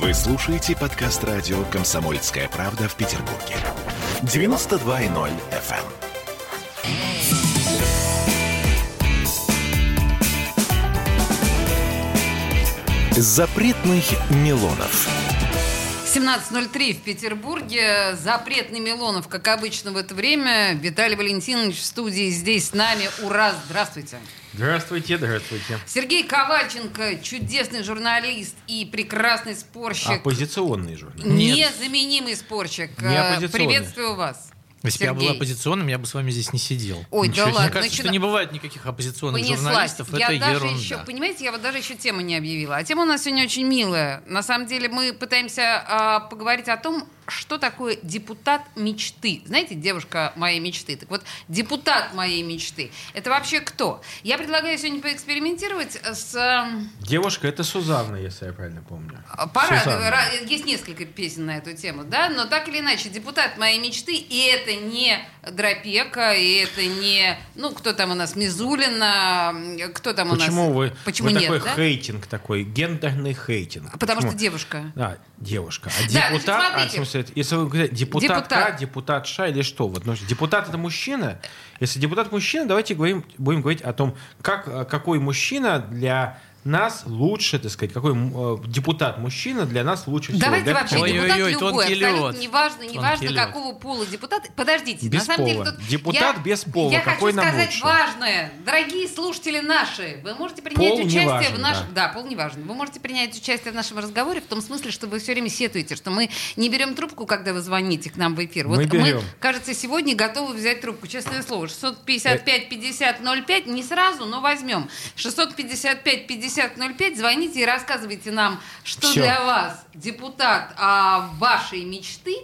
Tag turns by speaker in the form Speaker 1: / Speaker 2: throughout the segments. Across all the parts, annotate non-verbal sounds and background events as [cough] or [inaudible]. Speaker 1: Вы слушаете подкаст радио «Комсомольская правда» в Петербурге. 92.0 FM. Запретных Милонов.
Speaker 2: 17.03 в Петербурге. Запретный Милонов, как обычно в это время. Виталий Валентинович в студии здесь с нами. Ура! Здравствуйте!
Speaker 3: Здравствуйте, здравствуйте.
Speaker 2: Сергей Ковальченко, чудесный журналист и прекрасный
Speaker 4: А
Speaker 2: спорщик.
Speaker 3: Оппозиционный журнал.
Speaker 2: Незаменимый спорщик.
Speaker 3: Не
Speaker 2: Э,
Speaker 3: оппозиционный.
Speaker 2: Приветствую вас.
Speaker 4: Если бы я был
Speaker 2: Сергей.
Speaker 4: оппозиционным, я бы с вами здесь не сидел.
Speaker 2: Ой, да
Speaker 4: Ничего себе.
Speaker 2: ладно,
Speaker 4: Мне кажется,
Speaker 2: начина-
Speaker 4: что не бывает никаких оппозиционных
Speaker 2: Понеслась.
Speaker 4: журналистов.
Speaker 2: Я
Speaker 4: это
Speaker 2: даже
Speaker 4: ерунда.
Speaker 2: еще, понимаете, я вот даже еще тему не объявила. А тема у нас сегодня очень милая. На самом деле мы пытаемся а, поговорить о том, что такое депутат мечты. Знаете, девушка моей мечты. Так вот, депутат моей мечты. Это вообще кто? Я предлагаю сегодня поэкспериментировать с... эм,
Speaker 3: Девушка, это Сузанна, если я правильно помню.
Speaker 2: А, Пора,
Speaker 3: Сузанна.
Speaker 2: ра- есть несколько песен на эту тему, да, но так или иначе, депутат моей мечты, и это не Дропека, и это не, ну, кто там у нас, Мизулина, м, кто там у
Speaker 3: Почему
Speaker 2: нас?
Speaker 3: вы,
Speaker 2: Почему
Speaker 3: вы
Speaker 2: нет,
Speaker 3: такой
Speaker 2: да?
Speaker 3: хейтинг, такой гендерный хейтинг?
Speaker 2: А Потому
Speaker 3: Почему?
Speaker 2: что девушка.
Speaker 3: А, девушка. А
Speaker 2: Да,
Speaker 3: депутат,
Speaker 2: значит,
Speaker 3: а, в
Speaker 2: смотрите.
Speaker 3: смысле, это- если вы говорите депутатка,
Speaker 2: Депутат.
Speaker 3: депутатша или что? Вот, ну, депутат это мужчина. Если депутат мужчина, давайте говорим, будем говорить о том, как, э, какой мужчина для нас лучше, так сказать, какой м, э, депутат мужчина для нас лучше всего.
Speaker 2: Давайте
Speaker 3: Для
Speaker 2: вообще
Speaker 3: кого?
Speaker 4: Ой,
Speaker 2: депутат
Speaker 4: ой, ой,
Speaker 2: любой,
Speaker 4: тонкий
Speaker 2: абсолютно
Speaker 4: лед.
Speaker 2: неважно,
Speaker 4: Тонкий
Speaker 2: неважно
Speaker 4: лед.
Speaker 2: какого пола депутат. Подождите,
Speaker 3: Без
Speaker 2: на самом
Speaker 3: пола.
Speaker 2: деле тут
Speaker 3: Депутат
Speaker 2: я,
Speaker 3: без пола,
Speaker 2: Я
Speaker 3: какой
Speaker 2: хочу
Speaker 3: нам
Speaker 2: сказать
Speaker 3: лучше?
Speaker 2: важное, дорогие слушатели наши, вы можете принять
Speaker 3: Пол не
Speaker 2: участие
Speaker 3: важен,
Speaker 2: в нашем, да. пол не важен. Вы можете принять участие в нашем разговоре в том смысле, что вы все время сетуете, что мы не берем трубку, когда вы звоните к нам в эфир.
Speaker 3: Мы берем.
Speaker 2: кажется, сегодня готовы взять трубку. Честное слово, 655 50 05 не сразу, но возьмем. 655 50 05 звоните и рассказывайте нам, что
Speaker 3: Всё.
Speaker 2: для вас депутат а, вашей мечты.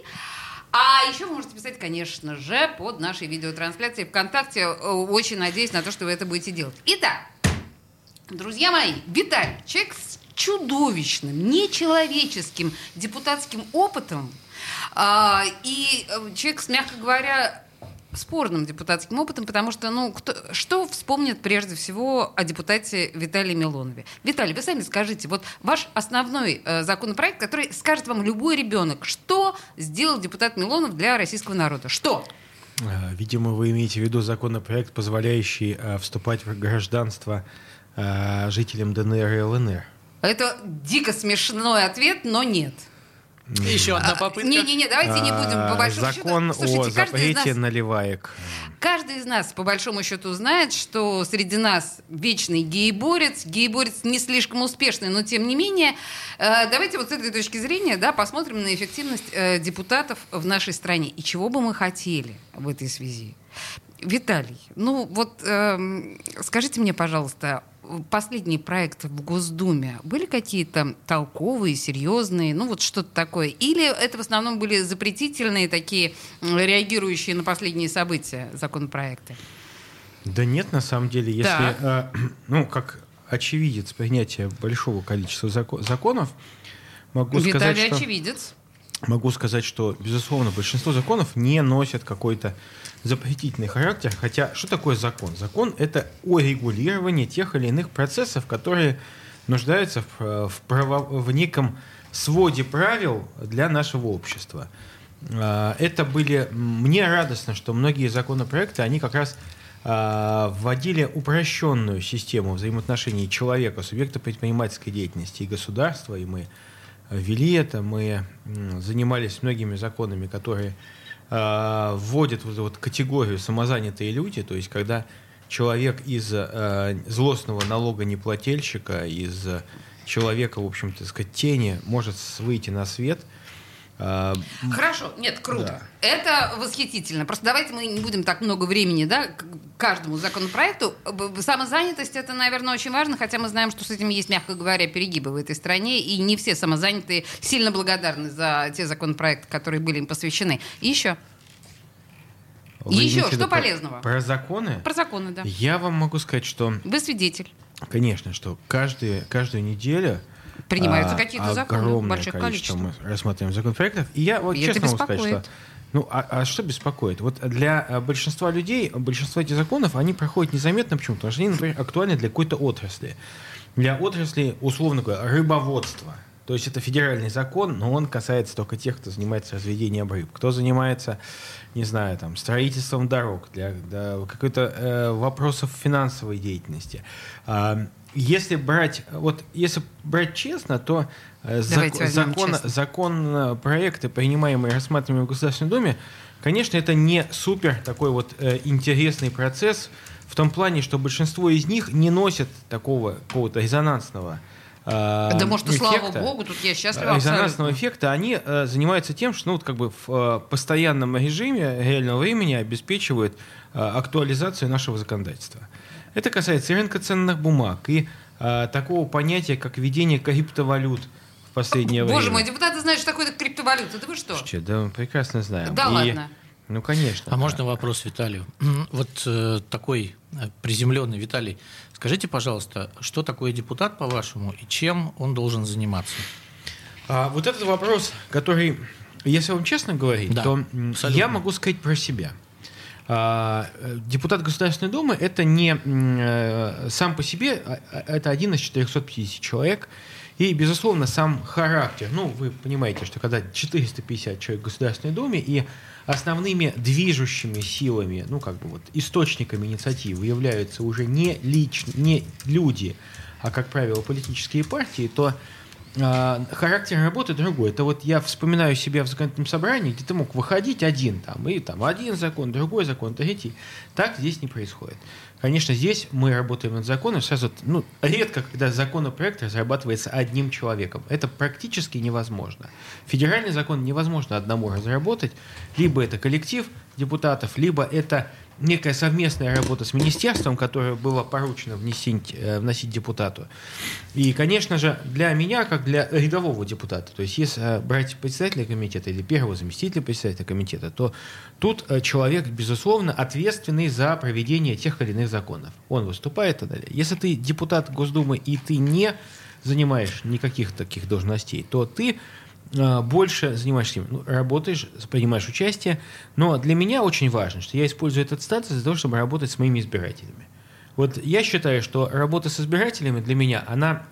Speaker 2: А еще вы можете писать, конечно же, под нашей видеотрансляцией ВКонтакте. Э, Очень надеюсь на то, что вы это будете делать. Итак, друзья мои, Виталь, человек с чудовищным, нечеловеческим депутатским опытом а, и э, человек с, мягко говоря, спорным депутатским опытом, потому что, ну, кто, что вспомнят прежде всего о депутате Виталии Милонове? Виталий, вы сами скажите, вот ваш основной э, законопроект, который скажет вам любой ребенок, что сделал депутат Милонов для российского народа? Что?
Speaker 3: Э, Видимо, вы имеете в виду законопроект, позволяющий э, вступать в гражданство э, жителям ДНР и ЛНР.
Speaker 2: Это дико смешной ответ, но нет.
Speaker 4: И еще одна попытка.
Speaker 2: А, Не-не-не, давайте не будем
Speaker 3: А,
Speaker 2: по большому
Speaker 3: Закон
Speaker 2: счету. Слушайте,
Speaker 3: о
Speaker 2: каждый из
Speaker 3: запрете
Speaker 2: нас-
Speaker 3: наливаек.
Speaker 2: Каждый из нас, по большому счету, знает, что среди нас вечный гей-борец. Гей-борец не слишком успешный, но тем не менее. Э, Давайте вот с этой точки зрения да, посмотрим на эффективность э, депутатов в нашей стране. И чего бы мы хотели в этой связи? Виталий, ну вот эм, скажите мне, пожалуйста, последние проекты в Госдуме были какие-то толковые, серьезные, ну вот что-то такое? Или это в основном были запретительные такие, м, реагирующие на последние события законопроекты?
Speaker 3: Да нет, на самом деле, если,
Speaker 2: Так.
Speaker 3: э, [clears throat] ну, как очевидец принятия большого количества зако- законов, могу сказать,
Speaker 2: Виталий
Speaker 3: что...
Speaker 2: очевидец.
Speaker 3: Могу сказать, что, безусловно, большинство законов не носят какой-то запретительный характер. Хотя, что такое закон? Закон — это урегулирование тех или иных процессов, которые нуждаются в, э, в право- в неком своде правил для нашего общества. А, Это были... Мне радостно, что многие законопроекты, они как раз а, вводили упрощенную систему взаимоотношений человека, субъекта предпринимательской деятельности и государства, и мы ввели это, мы м, занимались многими законами, которые э, вводят вот эту вот категорию самозанятые люди, то есть когда человек из э, злостного налогонеплательщика, из э, человека, в общем-то, так сказать, тени может с- выйти на свет. Э, м,
Speaker 2: Хорошо, нет, круто. Это восхитительно. Просто давайте мы не будем так много времени, да, к каждому законопроекту. Б- б- Самозанятость это, наверное, очень важно, хотя мы знаем, что с этим есть, мягко говоря, перегибы в этой стране, и не все самозанятые сильно благодарны за те законопроекты, которые были им посвящены. И еще
Speaker 3: вы
Speaker 2: Еще
Speaker 3: имеете в
Speaker 2: что
Speaker 3: виду про-
Speaker 2: полезного?
Speaker 3: Про, законы?
Speaker 2: про законы, да.
Speaker 3: Я вам могу сказать, что,
Speaker 2: Вы свидетель.
Speaker 3: конечно, что каждый, каждую неделю
Speaker 2: Принимаются
Speaker 3: а,
Speaker 2: какие-то законы,
Speaker 3: огромное
Speaker 2: большое
Speaker 3: количество,
Speaker 2: количество.
Speaker 3: мы рассматриваем законопроектов. И я вот
Speaker 2: И это
Speaker 3: честно могу сказать, что...
Speaker 2: беспокоит.
Speaker 3: Ну, а, а что беспокоит? Вот для а, большинства людей, большинство этих законов, они проходят незаметно. Почему? Потому что они, например, актуальны для какой-то отрасли. Для отрасли, условно говоря, рыбоводства. То есть это федеральный закон, но он касается только тех, кто занимается разведением рыб. Кто занимается, не знаю, там, строительством дорог, для, для какой-то э, вопросов финансовой деятельности. А, если брать, вот если брать честно, то э, зак,
Speaker 2: Давайте возьмем
Speaker 3: закон,
Speaker 2: честно.
Speaker 3: закон э, проекты, принимаемые и рассматриваемые в Государственной Думе, конечно, это не супер такой вот э, интересный процесс в том плане, что большинство из них не носят такого какого-то резонансного э,
Speaker 2: Да может, и слава
Speaker 3: эффекта. Э,
Speaker 2: богу, тут я счастлива
Speaker 3: резонансного
Speaker 2: абсолютно.
Speaker 3: эффекта, они э, занимаются тем, что ну, вот как бы в э, постоянном режиме реального времени обеспечивают э, актуализацию нашего законодательства. Это касается и рынка ценных бумаг, и э, такого понятия, как введение криптовалют в последнее
Speaker 2: Боже
Speaker 3: время.
Speaker 2: мой, депутаты знают, что такое криптовалюта. Да вы что?
Speaker 3: Вообще, да, мы прекрасно знаем.
Speaker 2: Да
Speaker 3: И,
Speaker 2: ладно.
Speaker 3: Ну, конечно.
Speaker 4: А можно вопрос Виталию? Вот э, такой э, приземленный Виталий. Скажите, пожалуйста, что такое депутат, по-вашему, и чем он должен заниматься?
Speaker 3: А, вот этот вопрос, который, если вам честно говорить,
Speaker 4: Да,
Speaker 3: то м,
Speaker 4: абсолютно.
Speaker 3: я могу сказать про себя. А, э, депутат Государственной Думы это не м, э, сам по себе, а- а- это один из 450 человек. И, безусловно, сам характер. Ну, вы понимаете, что когда 450 человек в Государственной Думе, и основными движущими силами, ну, как бы вот источниками инициативы являются уже не, лич, не люди, а, как правило, политические партии, то а, характер работы другой. Это вот я вспоминаю себя в законодательном собрании, где ты мог выходить один там, и там один закон, другой закон, третий. Так здесь не происходит. Конечно, здесь мы работаем над законом. Сразу, ну, редко, когда законопроект разрабатывается одним человеком. Это практически невозможно. Федеральный закон невозможно одному разработать. Либо это коллектив депутатов, либо это некая совместная работа с министерством, которое было поручено внесить, э, вносить депутату. И, конечно же, для меня, как для рядового депутата, то есть если э, брать председателя комитета или первого заместителя председателя комитета, то тут э, человек, безусловно, ответственный за проведение тех или иных законов. Он выступает и так далее. Если ты депутат Госдумы и ты не занимаешь никаких таких должностей, то ты а, больше занимаешься им, ну, работаешь, принимаешь участие. Но для меня очень важно, что я использую этот статус для того, чтобы работать с моими избирателями. Вот я считаю, что работа с избирателями для меня, она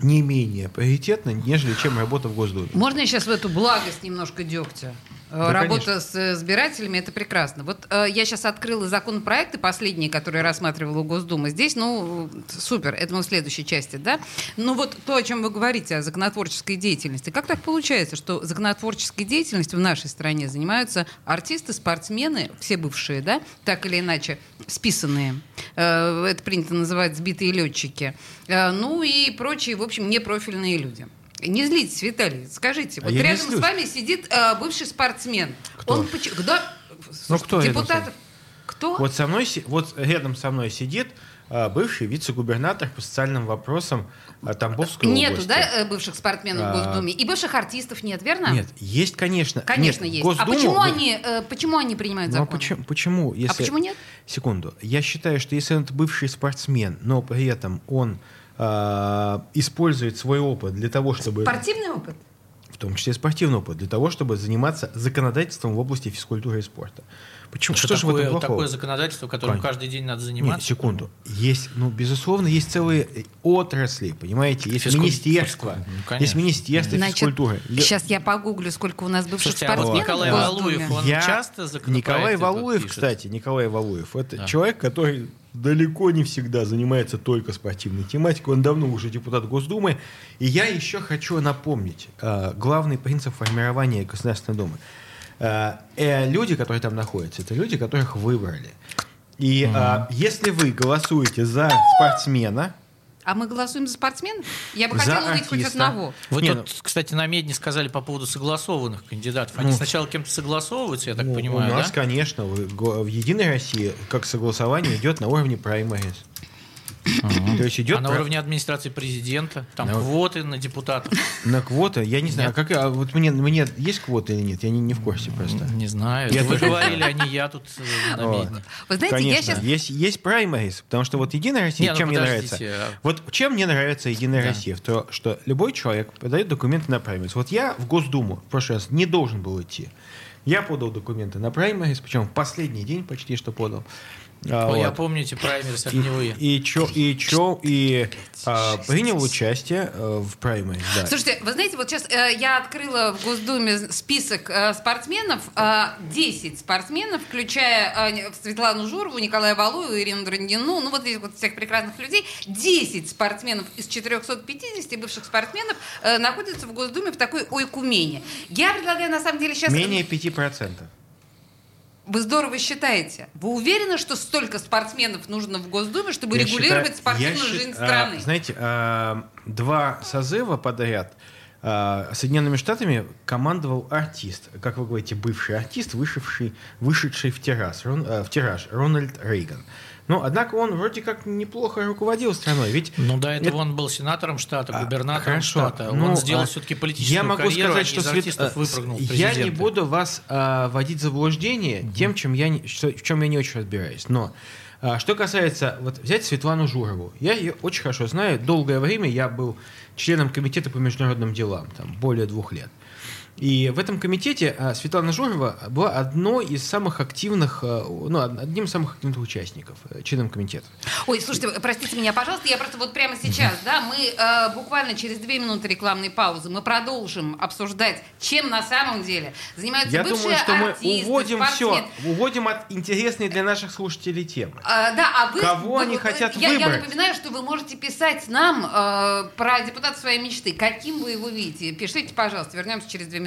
Speaker 3: не менее приоритетна, нежели чем работа в Госдуме.
Speaker 2: Можно я сейчас в эту благость немножко дегтя? Э,
Speaker 3: Да,
Speaker 2: Работа с избирателями это прекрасно. Вот э, я сейчас открыла законопроекты последние, которые рассматривала Госдума. Здесь, ну, э, супер, это мы в следующей части, да? Ну вот то, о чем вы говорите, о законотворческой деятельности. Как так получается, что законотворческой деятельностью в нашей стране занимаются артисты, спортсмены, все бывшие, да, так или иначе, списанные. Э, это принято называть сбитые летчики. Э, ну и прочие, в общем, непрофильные люди. Не злитесь, Виталий, скажите,
Speaker 3: А
Speaker 2: вот
Speaker 3: я не
Speaker 2: рядом с
Speaker 3: злюсь.
Speaker 2: вами сидит э, бывший спортсмен.
Speaker 3: Кто?
Speaker 2: Он поч- Да,
Speaker 3: Ну, кто рядом с
Speaker 2: депутатов?
Speaker 3: вами?
Speaker 2: Кто?
Speaker 3: Вот со мной, си- вот рядом со мной сидит а, бывший вице-губернатор по социальным вопросам а, Тамбовской
Speaker 2: Нету,
Speaker 3: области.
Speaker 2: да, э, бывших спортсменов в
Speaker 3: А.
Speaker 2: Госдуме? И бывших артистов нет, верно?
Speaker 3: Нет, есть, конечно.
Speaker 2: Конечно,
Speaker 3: Нет,
Speaker 2: есть.
Speaker 3: Госдуму-
Speaker 2: А почему они, э, почему они принимают
Speaker 3: Ну, а
Speaker 2: закон?
Speaker 3: почему, почему, если...
Speaker 2: А почему нет?
Speaker 3: Секунду. Я считаю, что если он бывший спортсмен, но при этом он э, использует свой опыт для того, чтобы...
Speaker 2: Спортивный опыт?
Speaker 3: В том числе спортивный опыт, для того, чтобы заниматься законодательством в области физкультуры и спорта. Почему?
Speaker 4: Что,
Speaker 3: Что, же в
Speaker 4: такое,
Speaker 3: этом плохого?
Speaker 4: такое законодательство, которым
Speaker 3: Понятно.
Speaker 4: каждый день надо
Speaker 3: Нет,
Speaker 4: заниматься?
Speaker 3: секунду. Есть, ну, безусловно, есть целые э, отрасли, понимаете? Есть
Speaker 4: Физкуль-
Speaker 3: министерство.
Speaker 4: физкуль- ну, конечно.
Speaker 3: есть министерство
Speaker 2: Значит,
Speaker 3: физкультуры. Я-
Speaker 2: Сейчас я погуглю, сколько у нас бывших
Speaker 4: Слушайте, а вот
Speaker 2: спортсменов
Speaker 4: Николай
Speaker 2: в Госдуме.
Speaker 4: Валуев, он- часто законопроекты
Speaker 3: Николай
Speaker 4: тут
Speaker 3: Валуев,
Speaker 4: пишет?
Speaker 3: кстати, Николай Валуев, это
Speaker 4: Да.
Speaker 3: человек, который далеко не всегда занимается только спортивной тематикой. Он давно уже депутат Госдумы. И я еще хочу напомнить э, главный принцип формирования Государственной Думы. Э, э, люди, которые там находятся, это люди, которых выбрали. И э, если вы голосуете за спортсмена,
Speaker 2: А мы голосуем за спортсменов? Я бы
Speaker 3: За
Speaker 2: хотела увидеть хоть
Speaker 3: артиста.
Speaker 2: одного.
Speaker 4: Вы
Speaker 3: Не, ну.
Speaker 4: тут, кстати, на медне сказали по поводу согласованных кандидатов. Они
Speaker 3: Ну,
Speaker 4: сначала кем-то согласовываются, я так
Speaker 3: ну,
Speaker 4: понимаю,
Speaker 3: у нас,
Speaker 4: да?
Speaker 3: конечно, в, го- в Единой России как согласование идет на уровне праймерис. То есть идет
Speaker 4: А на
Speaker 3: про-
Speaker 4: уровне администрации президента, там
Speaker 3: На-
Speaker 4: квоты на депутатов.
Speaker 3: На квоты? Я не знаю, а как я- а вот мне, мне есть квоты или нет? Я не, не в курсе просто.
Speaker 4: Не знаю.
Speaker 3: Я
Speaker 4: Вы
Speaker 3: тоже не
Speaker 4: говорили, а не я тут э, на
Speaker 3: Вот.
Speaker 4: медне.
Speaker 2: Вы знаете, я
Speaker 3: Конечно,
Speaker 2: сейчас...
Speaker 3: есть, есть праймарис, потому что вот Единая Россия,
Speaker 4: Не, ну
Speaker 3: чем мне
Speaker 4: подождите,
Speaker 3: нравится?
Speaker 4: а-
Speaker 3: Вот чем мне нравится Единая
Speaker 4: Да.
Speaker 3: Россия? То, что любой человек подает документы на праймарис. Вот я в Госдуму в прошлый раз не должен был идти. Я подал документы на праймерис, причем в последний день почти что подал. А,
Speaker 4: Ой, Я
Speaker 3: вот.
Speaker 4: помните праймерис огневые.
Speaker 3: И чё, и чё, и а, принял участие э, в праймерис, да.
Speaker 2: Слушайте, вы знаете, вот сейчас э, я открыла в Госдуме список э, спортсменов, э, 10 спортсменов, включая э, Светлану Журову, Николая Валуеву, Ирину Драндину, ну вот этих вот всех прекрасных людей, 10 спортсменов из 450 бывших спортсменов э, находятся в Госдуме в такой ойкумене. Я предлагаю, на самом деле, сейчас...
Speaker 3: Менее 5%.
Speaker 2: Вы здорово считаете. Вы уверены, что столько спортсменов нужно в Госдуме, чтобы
Speaker 3: Я
Speaker 2: регулировать
Speaker 3: считаю-
Speaker 2: спортивную
Speaker 3: я счит-
Speaker 2: жизнь
Speaker 3: а,
Speaker 2: страны?
Speaker 3: знаете, а, два созыва подряд а, Соединенными Штатами командовал артист, как вы говорите, бывший артист, вышедший, вышедший в, террас, Рон- а, в тираж, Рональд Рейган. Но, однако, он вроде как неплохо руководил страной, ведь...
Speaker 4: Ну, до этого
Speaker 3: Это-
Speaker 4: он был сенатором штата,
Speaker 3: А,
Speaker 4: губернатором
Speaker 3: хорошо.
Speaker 4: штата.
Speaker 3: Ну,
Speaker 4: он сделал
Speaker 3: а,
Speaker 4: все-таки политическую
Speaker 3: Я могу
Speaker 4: карьеру,
Speaker 3: сказать,
Speaker 4: а не
Speaker 3: что
Speaker 4: из
Speaker 3: Свет-
Speaker 4: артистов
Speaker 3: э,
Speaker 4: выпрыгнул в
Speaker 3: я не
Speaker 4: президенты.
Speaker 3: буду вас а, вводить в заблуждение тем, чем я не- что- в чем я не очень разбираюсь. Но а, что касается вот взять Светлану Журову, я ее очень хорошо знаю. Долгое время я был членом комитета по международным делам, там более двух лет. И в этом комитете а, Светлана Журова была одной из самых активных, а, ну, од- одним из самых активных участников, э, членом комитета.
Speaker 2: Ой, слушайте, простите меня, пожалуйста, я просто вот прямо сейчас, да, мы э, буквально через две минуты рекламной паузы мы продолжим обсуждать, чем на самом деле занимаются
Speaker 3: Я
Speaker 2: бывшие
Speaker 3: думаю, что мы
Speaker 2: артисты,
Speaker 3: уводим все,
Speaker 2: спортсмены.
Speaker 3: уводим от интересной для наших слушателей темы.
Speaker 2: А, да, а вы,
Speaker 3: Кого
Speaker 2: вы-
Speaker 3: они
Speaker 2: вы-
Speaker 3: хотят
Speaker 2: я, я
Speaker 3: выбрать?
Speaker 2: напоминаю, что вы можете писать нам э, про депутата своей мечты, каким вы его видите. Пишите, пожалуйста, вернемся через две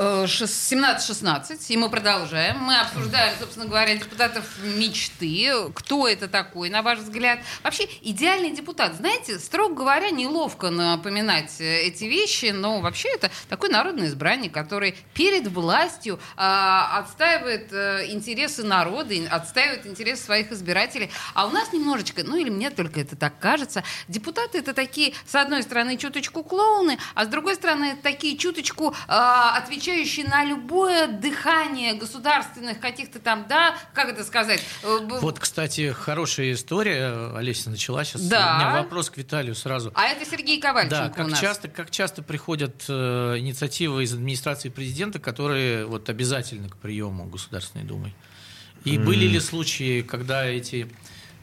Speaker 2: Э, шес- 17-16, и мы продолжаем. Мы обсуждаем, собственно говоря, депутатов мечты. Кто это такой, на ваш взгляд? Вообще, идеальный депутат. Знаете, строго говоря, неловко напоминать э, эти вещи, но вообще это такой народный избранник, который перед властью а, отстаивает э, интересы народа, и отстаивает интересы своих избирателей. А у нас немножечко, ну или мне только это так кажется, депутаты это такие, с одной стороны, чуточку клоуны, а с другой стороны, это такие чуточку э, отвечающие на любое дыхание государственных каких-то там, да, как это сказать? э, б-
Speaker 4: Вот, кстати, хорошая история. Олеся начала сейчас.
Speaker 2: Да.
Speaker 4: У меня вопрос к Виталию сразу.
Speaker 2: А это Сергей Ковальченко
Speaker 4: Да,
Speaker 2: у
Speaker 4: как
Speaker 2: нас.
Speaker 4: часто, как часто приходят э, инициативы из администрации президента, которые вот обязательны к приему Государственной Думы? И были ли случаи, когда эти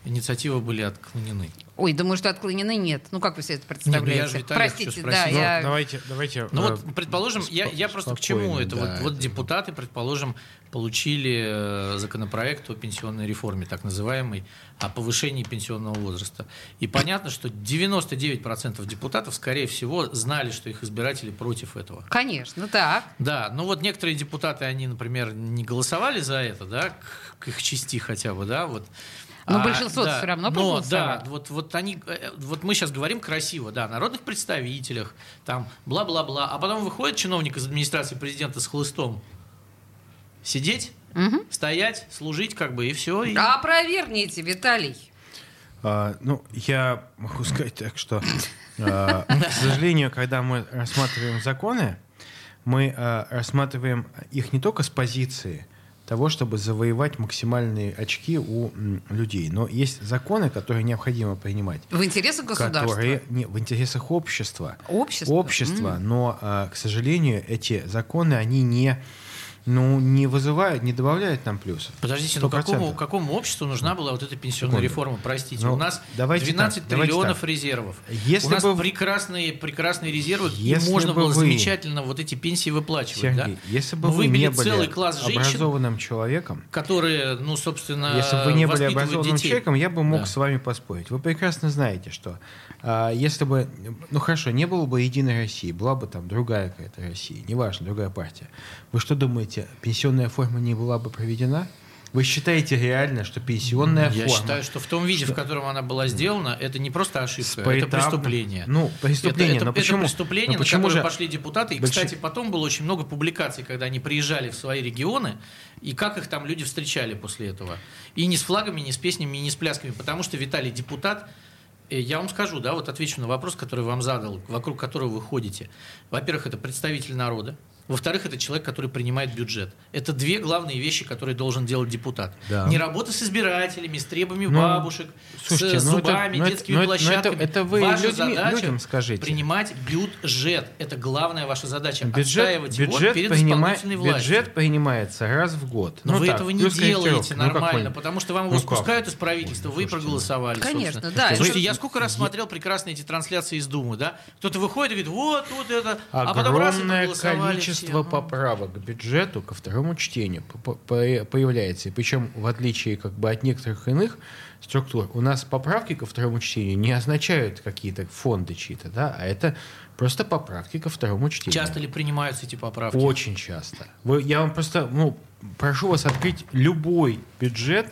Speaker 4: инициативы были отклонены?
Speaker 2: Ой, думаю, что отклонены нет. Ну как вы себе это
Speaker 4: Не, ну, я
Speaker 2: представляете?
Speaker 4: же Виталия
Speaker 2: Простите,
Speaker 4: хочу
Speaker 2: да,
Speaker 4: спросить.
Speaker 3: Ну,
Speaker 2: я...
Speaker 3: давайте, давайте.
Speaker 4: Ну
Speaker 3: э,
Speaker 4: вот, предположим, я, я просто к
Speaker 3: спокойно,
Speaker 4: чему это?
Speaker 3: да,
Speaker 4: вот, вот
Speaker 3: это-
Speaker 4: депутаты, предположим, получили э, законопроект о пенсионной реформе, так называемый, о повышении пенсионного возраста. И понятно, что 99% депутатов, скорее всего, знали, что их избиратели против этого.
Speaker 2: Конечно, так.
Speaker 4: Да, ну вот некоторые депутаты, они, например, не голосовали за это, да, к, к их части хотя бы, да, вот. А,
Speaker 2: Но большинство
Speaker 4: да,
Speaker 2: всё равно
Speaker 4: но,
Speaker 2: проголосовало.
Speaker 4: да, вот, вот они, э, вот мы сейчас говорим красиво, да, о народных представителях, там, бла-бла-бла, а потом выходит чиновник из администрации президента с хлыстом сидеть,
Speaker 2: Мгм.
Speaker 4: стоять, служить, как бы, и все. И...
Speaker 2: А опровергните, Виталий.
Speaker 3: А, ну, я могу сказать так, что, а, к сожалению, когда мы рассматриваем законы, мы а, рассматриваем их не только с позиции того, чтобы завоевать максимальные очки у м, людей, но есть законы, которые необходимо принимать,
Speaker 2: В интересах государства.
Speaker 3: которые не, в интересах общества.
Speaker 2: Общество.
Speaker 3: Общества,
Speaker 2: М.
Speaker 3: но, а, к сожалению, эти законы, они не, ну, не вызывают, не добавляют нам плюсов.
Speaker 4: Подождите, ну
Speaker 3: 100%.
Speaker 4: какому, какому обществу нужна была вот эта пенсионная
Speaker 3: Секунду.
Speaker 4: реформа? Простите,
Speaker 3: Ну,
Speaker 4: у нас
Speaker 3: давайте
Speaker 4: 12
Speaker 3: так, давайте
Speaker 4: триллионов
Speaker 3: так.
Speaker 4: резервов.
Speaker 3: Если
Speaker 4: у нас
Speaker 3: бы-
Speaker 4: прекрасные, прекрасные резервы,
Speaker 3: Если
Speaker 4: и можно
Speaker 3: бы
Speaker 4: было
Speaker 3: вы-
Speaker 4: замечательно вот эти пенсии выплачивать,
Speaker 3: Сергей,
Speaker 4: да?
Speaker 3: если бы
Speaker 4: Но
Speaker 3: вы
Speaker 4: выбили
Speaker 3: не были
Speaker 4: целый класс женщин,
Speaker 3: образованным человеком,
Speaker 4: которые, ну, собственно,
Speaker 3: если бы вы не были
Speaker 4: воспитывают
Speaker 3: образованным
Speaker 4: детей.
Speaker 3: человеком, я бы мог
Speaker 4: Да.
Speaker 3: с вами поспорить. Вы прекрасно знаете, что а, если бы, ну хорошо, не было бы единой России, была бы там другая какая-то Россия, неважно, другая партия. Вы что думаете, пенсионная форма не была бы проведена? Вы считаете реально, что пенсионная
Speaker 4: Я
Speaker 3: форма
Speaker 4: считаю, что в том виде, в котором она была сделана, это не просто ошибка, это
Speaker 3: поэтапно-
Speaker 4: преступление.
Speaker 3: Ну, преступление,
Speaker 4: Это, это-
Speaker 3: но
Speaker 4: это
Speaker 3: почему?
Speaker 4: преступление,
Speaker 3: но
Speaker 4: на
Speaker 3: почему
Speaker 4: которое
Speaker 3: же-
Speaker 4: пошли депутаты. И,
Speaker 3: Больши-
Speaker 4: кстати, потом было очень много публикаций, когда они приезжали в свои регионы, и как их там люди встречали после этого. И не с флагами, не с песнями, не с плясками, потому что Виталий депутат. э, Я вам скажу, да, вот отвечу на вопрос, который вам задал, вокруг которого вы ходите. Во-первых, это представитель народа. Во-вторых, это человек, который принимает бюджет. Это две главные вещи, которые должен делать депутат.
Speaker 3: Да.
Speaker 4: Не работа с избирателями, с требами
Speaker 3: Ну,
Speaker 4: бабушек,
Speaker 3: слушайте,
Speaker 4: с
Speaker 3: ну это-
Speaker 4: зубами,
Speaker 3: ну это-
Speaker 4: детскими
Speaker 3: ну это- ну это-
Speaker 4: площадками.
Speaker 3: это вы
Speaker 4: Ваша
Speaker 3: людьми-
Speaker 4: задача
Speaker 3: людям скажите.
Speaker 4: принимать бюджет. Это главная ваша задача.
Speaker 3: Бюджет,
Speaker 4: Отстаивать его
Speaker 3: бюджет,
Speaker 4: перед
Speaker 3: принима-
Speaker 4: исполнительной властью.
Speaker 3: бюджет принимается раз в год.
Speaker 4: Но
Speaker 3: Ну
Speaker 4: вы
Speaker 3: так,
Speaker 4: этого не
Speaker 3: плюс
Speaker 4: делаете
Speaker 3: корректировка. Ну, как
Speaker 4: нормально,
Speaker 3: вы-
Speaker 4: потому что вам его
Speaker 3: Ну как?
Speaker 4: спускают из правительства, вы
Speaker 3: слушайте, ну.
Speaker 4: проголосовали.
Speaker 2: Конечно,
Speaker 4: собственно.
Speaker 2: да, это-
Speaker 4: Слушайте, я сколько раз смотрел прекрасные эти трансляции из Думы, да? Кто-то выходит и говорит, вот, вот это, а потом раз и
Speaker 3: Огромное
Speaker 4: проголосовали
Speaker 3: количество
Speaker 4: все. ну.
Speaker 3: поправок к бюджету ко второму чтению по- по- появляется. И Причем, в отличие как бы от некоторых иных структур, у нас поправки ко второму чтению не означают какие-то фонды чьи-то, да, а это просто поправки ко второму чтению.
Speaker 4: Часто ли принимаются эти поправки?
Speaker 3: Очень часто. Вы, я вам просто ну, прошу вас открыть любой бюджет,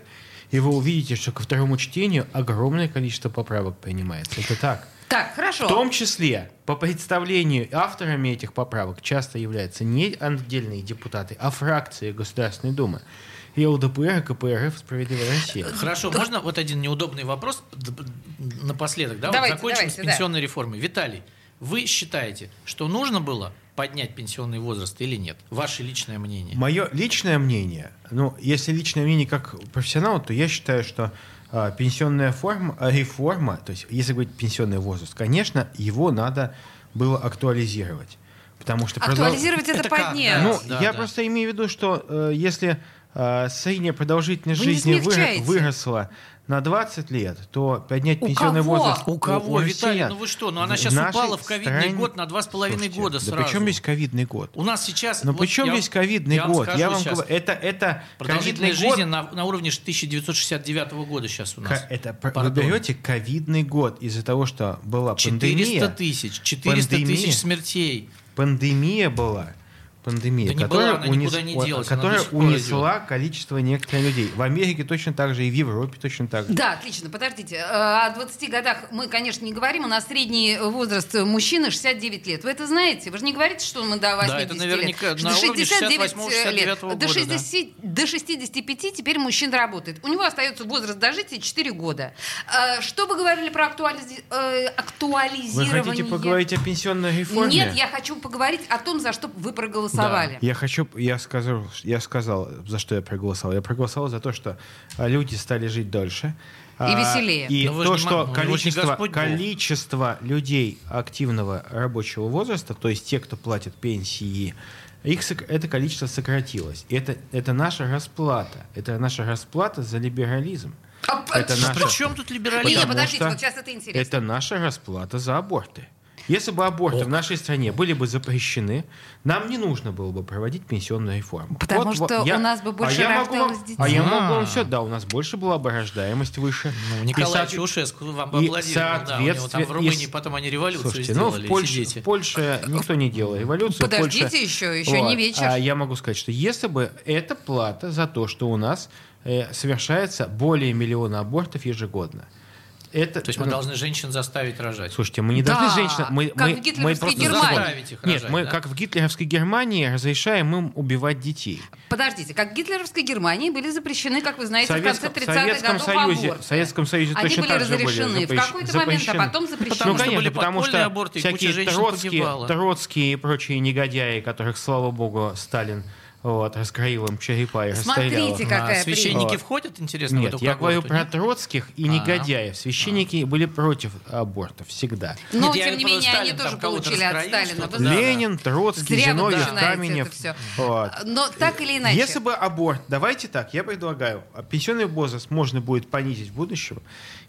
Speaker 3: и вы увидите, что ко второму чтению огромное количество поправок принимается. Это так.
Speaker 2: Так, хорошо.
Speaker 3: В том числе, по представлению авторами этих поправок часто являются не отдельные депутаты, а фракции Государственной Думы. И ЛДПР, и КПРФ, «Справедливая Россия».
Speaker 4: Хорошо, можно вот один неудобный вопрос д- б- напоследок, да? Вот
Speaker 2: Давайте,
Speaker 4: закончим
Speaker 2: давайте,
Speaker 4: с пенсионной реформой. Виталий, вы считаете, что нужно было поднять пенсионный возраст или нет? Ваше личное мнение.
Speaker 3: Мое личное мнение, ну, если личное мнение как профессионала, то я считаю, что а, пенсионная форма, а, реформа, то есть, если говорить пенсионный возраст, конечно, его надо было актуализировать. Потому что продол-
Speaker 2: Актуализировать это,
Speaker 4: Это как,
Speaker 2: поднять.
Speaker 4: да?
Speaker 3: Ну,
Speaker 4: Да,
Speaker 3: я
Speaker 4: да.
Speaker 3: просто имею в виду, что э, если э, средняя продолжительность
Speaker 2: Вы не
Speaker 3: жизни выра-
Speaker 2: смягчаете.
Speaker 3: выросла на 20 лет, то поднять
Speaker 2: У
Speaker 3: пенсионный
Speaker 2: кого?
Speaker 3: возраст
Speaker 4: У кого,
Speaker 3: россиян
Speaker 4: Виталий? Ну вы что? Ну она
Speaker 3: в
Speaker 4: сейчас
Speaker 3: нашей
Speaker 4: упала в ковидный
Speaker 3: стране-
Speaker 4: год на два с половиной
Speaker 3: Слушайте,
Speaker 4: года
Speaker 3: да
Speaker 4: сразу.
Speaker 3: при чем здесь ковидный год?
Speaker 4: У нас сейчас...
Speaker 3: Но
Speaker 4: вот
Speaker 3: при чем
Speaker 4: я вам-
Speaker 3: здесь ковидный
Speaker 4: я вам
Speaker 3: год?
Speaker 4: скажу
Speaker 3: я вам
Speaker 4: щас.
Speaker 3: говорю, это, это ковидный
Speaker 4: Продолжительность
Speaker 3: год.
Speaker 4: жизни на, на уровне 1969 года сейчас у
Speaker 3: Ка-
Speaker 4: нас.
Speaker 3: Это, пр- вы
Speaker 4: Пардон.
Speaker 3: берете ковидный год из-за того, что была
Speaker 4: 400
Speaker 3: пандемия.
Speaker 4: тысяч, 400
Speaker 3: Пандемия.
Speaker 4: тысяч смертей.
Speaker 3: Пандемия была. Пандемия,
Speaker 4: Да не
Speaker 3: которая,
Speaker 4: была она, никуда не
Speaker 3: унес-
Speaker 4: делась, она
Speaker 3: которая
Speaker 4: до сих пор
Speaker 3: унесла количество некоторых людей. В Америке точно так же, и в Европе точно так же.
Speaker 2: Да, отлично, подождите. Э, О 20 годах мы, конечно, не говорим. У нас средний возраст мужчины 69 лет. Вы это знаете? Вы же не говорите, что мы до 80
Speaker 4: Да, это наверняка
Speaker 2: лет.
Speaker 4: на уровне 68-69
Speaker 2: э, лет.
Speaker 4: года,
Speaker 2: до,
Speaker 4: да.
Speaker 2: 60 до 65 теперь мужчина работает. У него остается возраст дожития 4 года. Э, Что вы говорили про актуализи- э,
Speaker 3: Вы
Speaker 2: актуализирование?
Speaker 3: хотите поговорить о пенсионной реформе?
Speaker 2: Нет, я хочу поговорить о том, за что вы проголосовали.
Speaker 3: Я хочу, я сказал, я сказал, за что я проголосовал. Я проголосовал за то, что а, люди стали жить дольше. А,
Speaker 2: веселее.
Speaker 3: И
Speaker 4: Но вы
Speaker 3: то,
Speaker 4: же не
Speaker 3: что
Speaker 4: ма- ну, его же не
Speaker 3: количество,
Speaker 4: Господь Бог.
Speaker 3: количество людей активного рабочего возраста, то есть те, кто платит пенсии, их сок- это количество сократилось. И это, это наша расплата. Это наша расплата за либерализм.
Speaker 2: А,
Speaker 3: Это
Speaker 2: что?
Speaker 3: наш-
Speaker 4: При чем тут либерализм?
Speaker 2: Лиля,
Speaker 3: потому
Speaker 2: подождите,
Speaker 3: что
Speaker 2: вот сейчас это интересно.
Speaker 3: Это наша расплата за аборты. Если бы аборты
Speaker 4: Ох.
Speaker 3: в нашей стране были бы запрещены, нам не нужно было бы проводить пенсионную реформу.
Speaker 2: Потому
Speaker 3: Вот, вот
Speaker 2: что
Speaker 3: я- а
Speaker 2: у нас бы больше
Speaker 3: я могу вам-
Speaker 2: рождалось детей.
Speaker 3: А я могу
Speaker 4: А.
Speaker 3: вам все, да, у нас больше была бы рождаемость выше.
Speaker 4: Ну,
Speaker 3: И
Speaker 4: Николай
Speaker 3: соответ-
Speaker 4: Чаушеску вам бы
Speaker 3: и
Speaker 4: аплодировал. Да, у него там в
Speaker 3: соответственно-
Speaker 4: Румынии
Speaker 3: если-
Speaker 4: потом они революцию
Speaker 3: Слушайте, ну
Speaker 4: сделали.
Speaker 3: в
Speaker 4: эти
Speaker 3: Польше,
Speaker 4: дети.
Speaker 3: в Польше никто не делал революцию.
Speaker 2: Подождите
Speaker 3: Польша-
Speaker 2: еще, еще не
Speaker 3: Вот.
Speaker 2: вечер.
Speaker 3: А я могу сказать, что если бы эта плата за то, что у нас э, совершается более миллиона абортов ежегодно. Это,
Speaker 4: То есть мы
Speaker 3: ну,
Speaker 4: должны женщин заставить рожать.
Speaker 3: Слушайте, мы не
Speaker 2: Да,
Speaker 3: должны женщин... Мы,
Speaker 2: как
Speaker 3: мы-
Speaker 2: в гитлеровской
Speaker 3: мы просто
Speaker 4: Германии.
Speaker 3: заставить их Нет,
Speaker 4: рожать,
Speaker 3: мы
Speaker 4: да?
Speaker 3: как в гитлеровской Германии разрешаем им убивать детей.
Speaker 2: Подождите, как в гитлеровской Германии были запрещены, как вы
Speaker 3: В
Speaker 2: знаете,
Speaker 3: Советском,
Speaker 2: в
Speaker 3: в
Speaker 2: конце 30-х
Speaker 3: Советском
Speaker 2: годов
Speaker 3: Союзе,
Speaker 2: аборты.
Speaker 3: в Советском Союзе
Speaker 2: Они
Speaker 3: точно
Speaker 2: были
Speaker 3: так же были
Speaker 2: разрешены в
Speaker 3: запрещ-
Speaker 2: какой-то момент, а
Speaker 3: запрещены. Ну,
Speaker 2: потом запрещены.
Speaker 4: Потому что были
Speaker 3: потому что
Speaker 4: подпольные аборты, и куча
Speaker 3: всякие
Speaker 4: женщин
Speaker 3: троцкие,
Speaker 4: погибала.
Speaker 3: троцкие и прочие негодяи, которых, слава богу, Сталин вот, раскроил им черепа и
Speaker 2: Смотрите,
Speaker 3: расстрелял.
Speaker 2: как-
Speaker 4: А
Speaker 2: Какая
Speaker 4: священники
Speaker 3: прелесть.
Speaker 4: входят, интересно, в
Speaker 3: Нет,
Speaker 4: эту
Speaker 3: я говорю
Speaker 4: когорту?
Speaker 3: про Троцких и
Speaker 4: А.
Speaker 3: негодяев. Священники были против абортов всегда.
Speaker 2: Но,
Speaker 4: Нет, я
Speaker 2: тем не
Speaker 4: говорю,
Speaker 2: менее, они
Speaker 4: Сталин там
Speaker 2: тоже
Speaker 4: кого-то
Speaker 2: получили от
Speaker 4: раскроил,
Speaker 2: Сталина.
Speaker 4: что-то.
Speaker 2: Вы знаете.
Speaker 3: Ленин, Троцкий,
Speaker 2: Зря вы
Speaker 3: Зиновьев,
Speaker 2: начинаете
Speaker 3: Каменев.
Speaker 2: это всё.
Speaker 3: Вот.
Speaker 2: Но так или иначе.
Speaker 3: Если бы аборт, давайте так, я предлагаю, а пенсионный возраст можно будет понизить в будущем,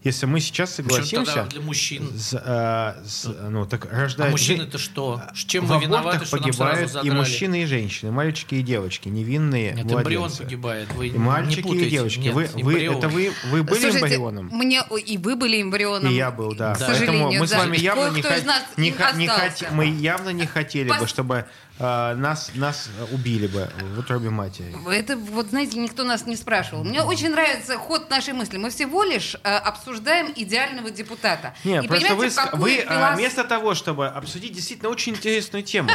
Speaker 3: если мы сейчас
Speaker 4: Причем тогда
Speaker 3: согласимся.
Speaker 4: для мужчин.
Speaker 3: с, а, с, ну так
Speaker 4: А
Speaker 3: рождают жен-
Speaker 4: мужчины-то что? С чем
Speaker 3: в
Speaker 4: мы
Speaker 3: абортах
Speaker 4: виноваты, что нам сразу
Speaker 3: погибают
Speaker 4: задрали?
Speaker 3: и мужчины, и женщины, мальчики и девочки, невинные
Speaker 4: Нет, эмбрион
Speaker 3: младенцы.
Speaker 4: погибает. Вы
Speaker 3: И
Speaker 4: не
Speaker 3: мальчики
Speaker 4: путайте.
Speaker 3: и девочки.
Speaker 4: Нет,
Speaker 3: вы, вы,
Speaker 4: эмбрион.
Speaker 3: это вы, вы были
Speaker 2: Слушайте,
Speaker 3: эмбрионом?
Speaker 2: мне о, и вы были эмбрионом.
Speaker 3: И я был, да.
Speaker 2: К
Speaker 3: Поэтому
Speaker 2: сожалению,
Speaker 3: мы с
Speaker 2: даже
Speaker 3: вами явно не,
Speaker 2: кое-кто из
Speaker 3: хот-
Speaker 2: нас
Speaker 3: не
Speaker 2: им
Speaker 3: хо- не
Speaker 2: остался.
Speaker 3: хот- мы явно не хотели
Speaker 2: Пос-
Speaker 3: бы, чтобы э, нас, нас убили бы в утробе матери.
Speaker 2: Это, вот знаете, никто нас не спрашивал. Мне очень нравится ход нашей мысли. Мы всего лишь э, обсуждаем идеального депутата.
Speaker 3: Нет,
Speaker 2: И
Speaker 3: просто вы,
Speaker 2: понимаете,
Speaker 3: с-
Speaker 2: какую
Speaker 3: вы, э,
Speaker 2: филос-
Speaker 3: вместо того, чтобы обсудить действительно очень интересную
Speaker 4: [laughs]
Speaker 3: тему,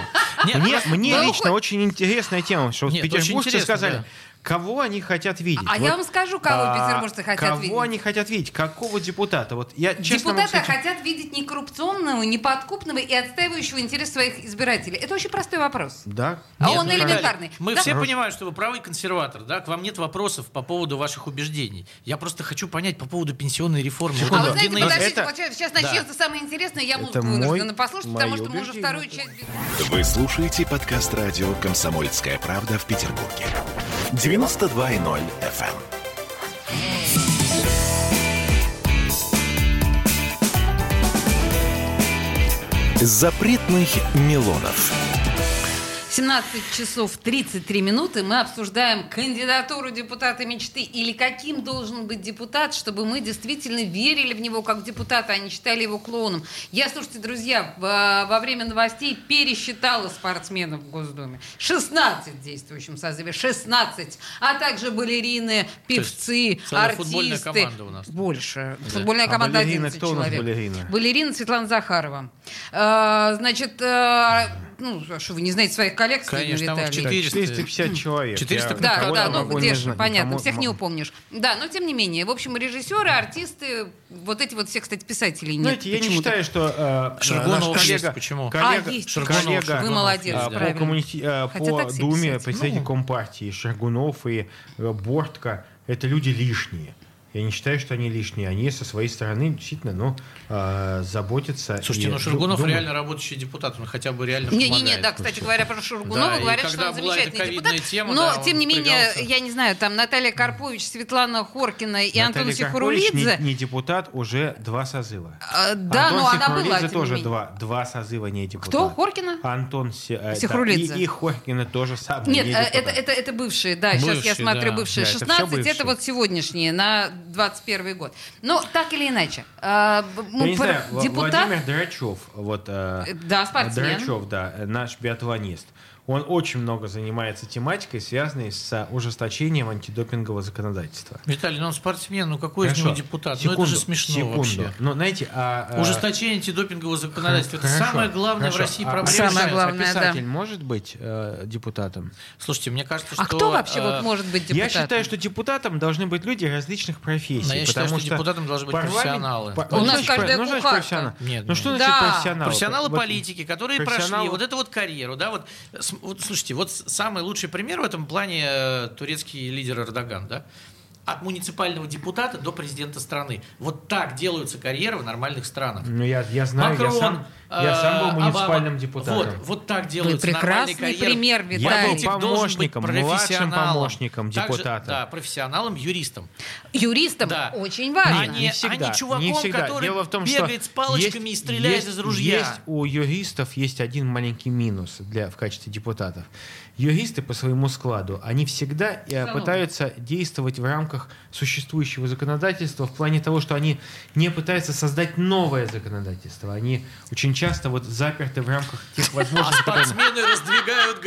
Speaker 4: Нет,
Speaker 3: мне,
Speaker 4: просто-
Speaker 3: мне
Speaker 2: Да
Speaker 3: лично
Speaker 2: уходи.
Speaker 3: очень интересная тема, что вот
Speaker 4: Нет, очень
Speaker 3: петербуржцы
Speaker 4: интересно,
Speaker 3: сказали,
Speaker 4: да.
Speaker 3: кого они хотят видеть.
Speaker 2: А я вам скажу, кого
Speaker 3: а,
Speaker 2: петербуржцы хотят
Speaker 3: кого
Speaker 2: видеть.
Speaker 3: Кого они хотят видеть? Какого депутата? Вот я честно вам
Speaker 2: Депутаты
Speaker 3: скажу,
Speaker 2: хотят видеть некоррупционного, неподкупного и отстаивающего интерес своих избирателей. Это очень простой вопрос.
Speaker 3: Да.
Speaker 2: А
Speaker 4: Нет,
Speaker 2: он
Speaker 4: ну,
Speaker 2: элементарный.
Speaker 4: Виталий, Мы
Speaker 2: Да.
Speaker 4: все понимаем, что вы правый консерватор, да? К вам нет вопросов по поводу ваших убеждений. Я просто хочу понять по поводу пенсионной реформы.
Speaker 2: А
Speaker 4: Вот
Speaker 3: Секунду.
Speaker 2: вы
Speaker 4: этот
Speaker 2: знаете,
Speaker 4: длинный-
Speaker 3: Это-
Speaker 2: подождите,
Speaker 3: Ну, это-
Speaker 2: вот сейчас, сейчас
Speaker 4: Да.
Speaker 2: начнется самое интересное, я
Speaker 3: Это
Speaker 2: музыку
Speaker 3: мой-
Speaker 2: вынуждена послушать, потому
Speaker 3: мое
Speaker 2: что мы уже
Speaker 3: убеждение.
Speaker 2: вторую часть... без-
Speaker 1: Вы слушаете подкаст радио «Комсомольская правда» в Петербурге. 92.0 FM. Запретных Милонов.
Speaker 2: 17 часов 33 минуты мы обсуждаем кандидатуру депутата мечты или каким должен быть депутат, чтобы мы действительно верили в него как в депутата, а не считали его клоуном. Я, слушайте, друзья, в- во время новостей пересчитала спортсменов в Госдуме. 16 в действующем созыве, 16. А также балерины,
Speaker 4: есть
Speaker 2: певцы,
Speaker 4: целая футбольная
Speaker 2: артисты.
Speaker 4: команда у нас.
Speaker 2: Больше. Футбольная
Speaker 3: А
Speaker 2: команда
Speaker 3: балерины,
Speaker 2: 11
Speaker 3: кто у нас
Speaker 2: человек.
Speaker 3: балерины?
Speaker 2: Балерина Светлана Захарова. Э, Значит, э, ну, а что вы не знаете своих коллег,
Speaker 4: Конечно,
Speaker 2: Сергей
Speaker 4: там их
Speaker 2: Витальевич?
Speaker 4: четыре.
Speaker 3: 450 человек.
Speaker 4: 400,
Speaker 3: Я
Speaker 2: Да,
Speaker 3: кого-то
Speaker 2: да, ну
Speaker 3: могу не
Speaker 2: где же,
Speaker 3: знать,
Speaker 2: понятно,
Speaker 3: никому-
Speaker 2: всех не упомнишь. Да, но тем не менее, в общем, режиссеры, артисты, вот эти вот все, кстати, писатели нет.
Speaker 3: Знаете, я не
Speaker 2: почему-то.
Speaker 3: считаю, что э,
Speaker 4: Шаргонов
Speaker 3: наш
Speaker 4: есть,
Speaker 3: коллега,
Speaker 4: почему?
Speaker 3: коллега,
Speaker 2: А, есть.
Speaker 3: Шаргонов,
Speaker 4: Шаргунов,
Speaker 3: коллега,
Speaker 2: Вы
Speaker 4: Шаргунов,
Speaker 2: молодец,
Speaker 4: да.
Speaker 3: а,
Speaker 2: правильно.
Speaker 3: по, коммуни- а,
Speaker 2: Хотя
Speaker 3: по
Speaker 2: так все
Speaker 3: Думе
Speaker 2: писать.
Speaker 3: представители
Speaker 2: Ну.
Speaker 3: Компартии Шаргунов и э, Бортко — это люди лишние. Я не считаю, что они лишние. Они со своей стороны действительно ну, э, заботятся.
Speaker 4: Слушайте,
Speaker 3: и
Speaker 4: ну
Speaker 3: ду-
Speaker 4: Шаргунов
Speaker 3: думают.
Speaker 4: реально работающий депутат, он хотя бы реально
Speaker 2: Не-не-не,
Speaker 4: помогает.
Speaker 2: да, кстати говоря, про Шургунова
Speaker 4: Да, и
Speaker 2: говорят, что
Speaker 4: когда
Speaker 2: он
Speaker 4: была эта
Speaker 2: замечательный
Speaker 4: ковидная
Speaker 2: депутат.
Speaker 4: тема,
Speaker 2: но,
Speaker 4: да, он
Speaker 2: тем не менее,
Speaker 4: впрягался.
Speaker 2: я не знаю, там Наталья Карпович, Светлана Хоркина и Антон
Speaker 3: Наталья Карпович
Speaker 2: Сихурулидзе.
Speaker 3: Не, не депутат, уже два созыва.
Speaker 2: А, Да,
Speaker 3: Антон
Speaker 2: но она была,
Speaker 3: Сихурулидзе
Speaker 2: тем не
Speaker 3: тоже
Speaker 2: менее.
Speaker 3: два, два созыва не депутат.
Speaker 2: Кто? Хоркина?
Speaker 3: Антон Си- э, да,
Speaker 2: Сихурулидзе.
Speaker 3: и, и Хоркина тоже самое.
Speaker 2: Нет,
Speaker 3: не
Speaker 2: э,
Speaker 3: депутат.
Speaker 2: это, это, это бывшие, да, сейчас я
Speaker 4: Бывшие,
Speaker 2: смотрю
Speaker 4: да.
Speaker 2: бывшие.
Speaker 3: Да, это всё
Speaker 2: 16 это,
Speaker 3: бывшие.
Speaker 2: вот сегодняшние на 21 год. Но так или иначе, э, б-
Speaker 3: Я
Speaker 2: мы
Speaker 3: не
Speaker 2: про-
Speaker 3: знаю, Вла-
Speaker 2: депутат...
Speaker 3: Владимир Драчев, вот, э,
Speaker 2: Э, да, спортсмен.
Speaker 3: Драчев, да, э, наш биатлонист. Он очень много занимается тематикой, связанной с ужесточением антидопингового законодательства.
Speaker 4: Виталий, ну он спортсмен, ну какой из
Speaker 3: Хорошо.
Speaker 4: него депутат? ну
Speaker 3: Секунду,
Speaker 4: это же смешно
Speaker 3: секунду.
Speaker 4: вообще.
Speaker 3: Ну, знаете, а, э,
Speaker 4: Ужесточение антидопингового законодательства. Это
Speaker 3: хорошо,
Speaker 4: самое главное в
Speaker 3: хорошо.
Speaker 4: России
Speaker 3: А
Speaker 4: проблема.
Speaker 2: Самое
Speaker 3: писатель- а
Speaker 2: главное, да.
Speaker 3: писатель может быть э, депутатом?
Speaker 4: Слушайте, мне кажется, что...
Speaker 2: А кто вообще
Speaker 4: э,
Speaker 2: вот может быть депутатом?
Speaker 3: Я считаю, что депутатом должны быть люди различных профессий.
Speaker 4: Но ну, я считаю,
Speaker 3: потому
Speaker 4: что депутатом должны быть
Speaker 3: парламент-
Speaker 4: профессионалы.
Speaker 3: Пар-
Speaker 4: У
Speaker 3: Ну,
Speaker 2: нас
Speaker 3: значит,
Speaker 2: каждая
Speaker 3: ну, значит,
Speaker 2: кухарка.
Speaker 3: профессионал.
Speaker 4: Нет,
Speaker 3: ну что
Speaker 2: нет.
Speaker 3: значит
Speaker 2: Да.
Speaker 3: профессионал?
Speaker 4: Профессионалы
Speaker 3: Вот-
Speaker 4: политики, которые
Speaker 3: профессионалы-
Speaker 4: прошли вот эту вот карьеру, да, вот, с- вот, слушайте, вот с- самый лучший пример в этом плане э, турецкий лидер Эрдоган, да, от муниципального депутата до президента страны. Вот так делаются карьеры в нормальных странах.
Speaker 3: Ну, я, я знаю,
Speaker 4: Макрон,
Speaker 3: я сам, я
Speaker 4: э,
Speaker 3: сам был
Speaker 4: Обама.
Speaker 3: муниципальным депутатом.
Speaker 4: Вот, вот так
Speaker 2: Вы
Speaker 4: делаются нормальные
Speaker 2: прекрасный пример,
Speaker 4: карьеры.
Speaker 3: Я был типа-
Speaker 2: Виталий.
Speaker 4: Политик типа, должен быть
Speaker 3: помощником, младшим
Speaker 4: профессионалом.
Speaker 3: помощником
Speaker 4: Также,
Speaker 3: депутата.
Speaker 4: да, профессионалом, юристом.
Speaker 2: Юристом
Speaker 4: Да.
Speaker 2: очень
Speaker 4: А
Speaker 2: важно.
Speaker 4: не- а не чуваком, который
Speaker 3: Дело в том,
Speaker 4: бегает
Speaker 3: что
Speaker 4: с палочками и стреляет
Speaker 3: есть-
Speaker 4: из ружья.
Speaker 3: Есть у юристов есть один маленький минус для, в качестве депутатов. Юристы по своему складу, они всегда э,
Speaker 2: Салон.
Speaker 3: пытаются действовать в рамках существующего законодательства в плане того, что они не пытаются создать новое законодательство. Они очень часто вот заперты в рамках тех
Speaker 4: А
Speaker 3: возможностей, которые...
Speaker 4: спортсмены раздвигают
Speaker 3: Секунда,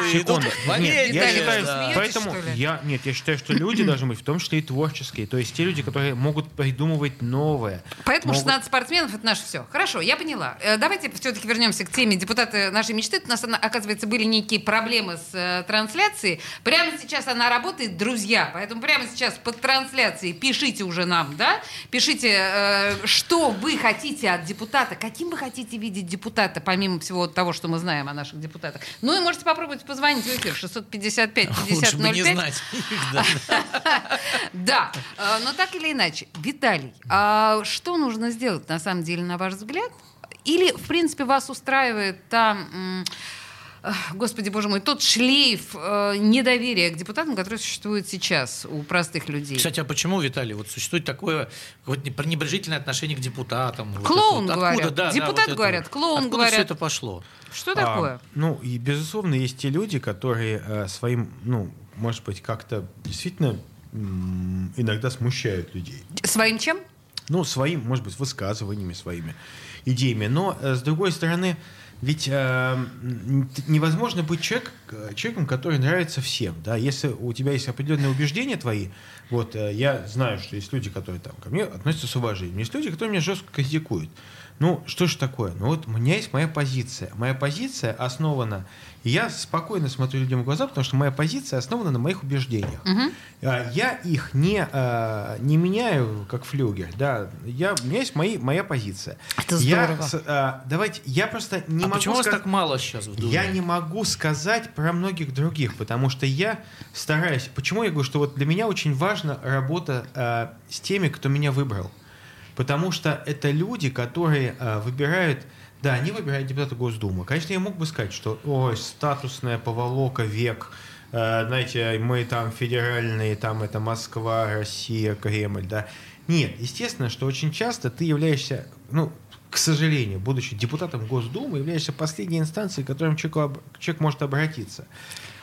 Speaker 4: горизонты. идут
Speaker 3: секунда.
Speaker 4: в Америку.
Speaker 3: Нет, я
Speaker 2: Виталий,
Speaker 3: считаю,
Speaker 2: вы смеетесь,
Speaker 3: поэтому
Speaker 2: что ли?
Speaker 3: я, нет, я считаю, что люди должны быть, в том числе и творческие, то есть те люди, которые могут придумывать новое.
Speaker 2: Поэтому
Speaker 3: могут-
Speaker 2: 16 спортсменов это наше все. Хорошо, я поняла. Э, Давайте все-таки вернемся к теме депутаты нашей мечты. У нас, она, оказывается, были некие проблемы с э, трансляцией. Прямо сейчас она работает, друзья. Поэтому прямо сейчас под трансляцией пишите уже нам, да? Пишите, э, что вы хотите от депутата, каким вы хотите видеть депутата, помимо всего того, что мы знаем о наших депутатах. Ну и можете попробовать позвонить в эфир 655
Speaker 4: Лучше бы не
Speaker 2: 5005.
Speaker 4: знать. их, да.
Speaker 2: Да, э, но так или иначе, Виталий, а что нужно сделать на самом деле, на ваш взгляд? Или, в принципе, вас устраивает там, господи боже мой, тот шлейф э, недоверия к депутатам, который существует сейчас у простых людей?
Speaker 4: Кстати, а почему, Виталий, вот существует такое вот не- пренебрежительное отношение к депутатам? Вот
Speaker 2: Клоун
Speaker 4: это вот.
Speaker 2: говорят.
Speaker 4: Откуда, да, да,
Speaker 2: Депутат
Speaker 4: вот это
Speaker 2: говорят,
Speaker 4: вот.
Speaker 2: клоун
Speaker 4: Откуда
Speaker 2: говорят.
Speaker 4: все это пошло?
Speaker 2: Что такое?
Speaker 3: А, ну, и, безусловно, есть те люди, которые э, своим, ну, может быть, как-то действительно м, иногда смущают людей.
Speaker 2: Своим чем?
Speaker 3: Ну, своим, может быть, высказываниями, своими идеями. Но, э, с другой стороны, Ведь э, н- невозможно быть человек, э, человеком, который нравится всем. Да? Если у тебя есть определенные убеждения твои, вот э, я знаю, что есть люди, которые там ко мне относятся с уважением, есть люди, которые меня жестко критикуют. Ну, что ж такое? Ну вот у меня есть моя позиция. Моя позиция основана... и Я спокойно смотрю людям в глаза, потому что моя позиция основана на моих убеждениях.
Speaker 2: Мгм.
Speaker 3: А, Я их не, а, не меняю, как флюгер. Да, я, у меня есть мои, моя позиция.
Speaker 2: Это
Speaker 3: Я,
Speaker 2: здорово.
Speaker 3: с- а, давайте, я просто не
Speaker 4: а
Speaker 3: могу
Speaker 4: почему
Speaker 3: сказать-
Speaker 4: вас так мало сейчас в Думе?
Speaker 3: я не могу сказать про многих других, потому что я стараюсь. Почему я говорю, что вот для меня очень важна работа а, с теми, кто меня выбрал. Потому что это люди, которые а, выбирают. Да, они выбирают депутата Госдумы. Конечно, я мог бы сказать, что ой, статусная поволока век. э, знаете, мы там федеральные, там это Москва, Россия, Кремль, да. Нет, естественно, что очень часто ты являешься, ну, к сожалению, будучи депутатом Госдумы, являешься последней инстанцией, к которой человек, об- человек может обратиться.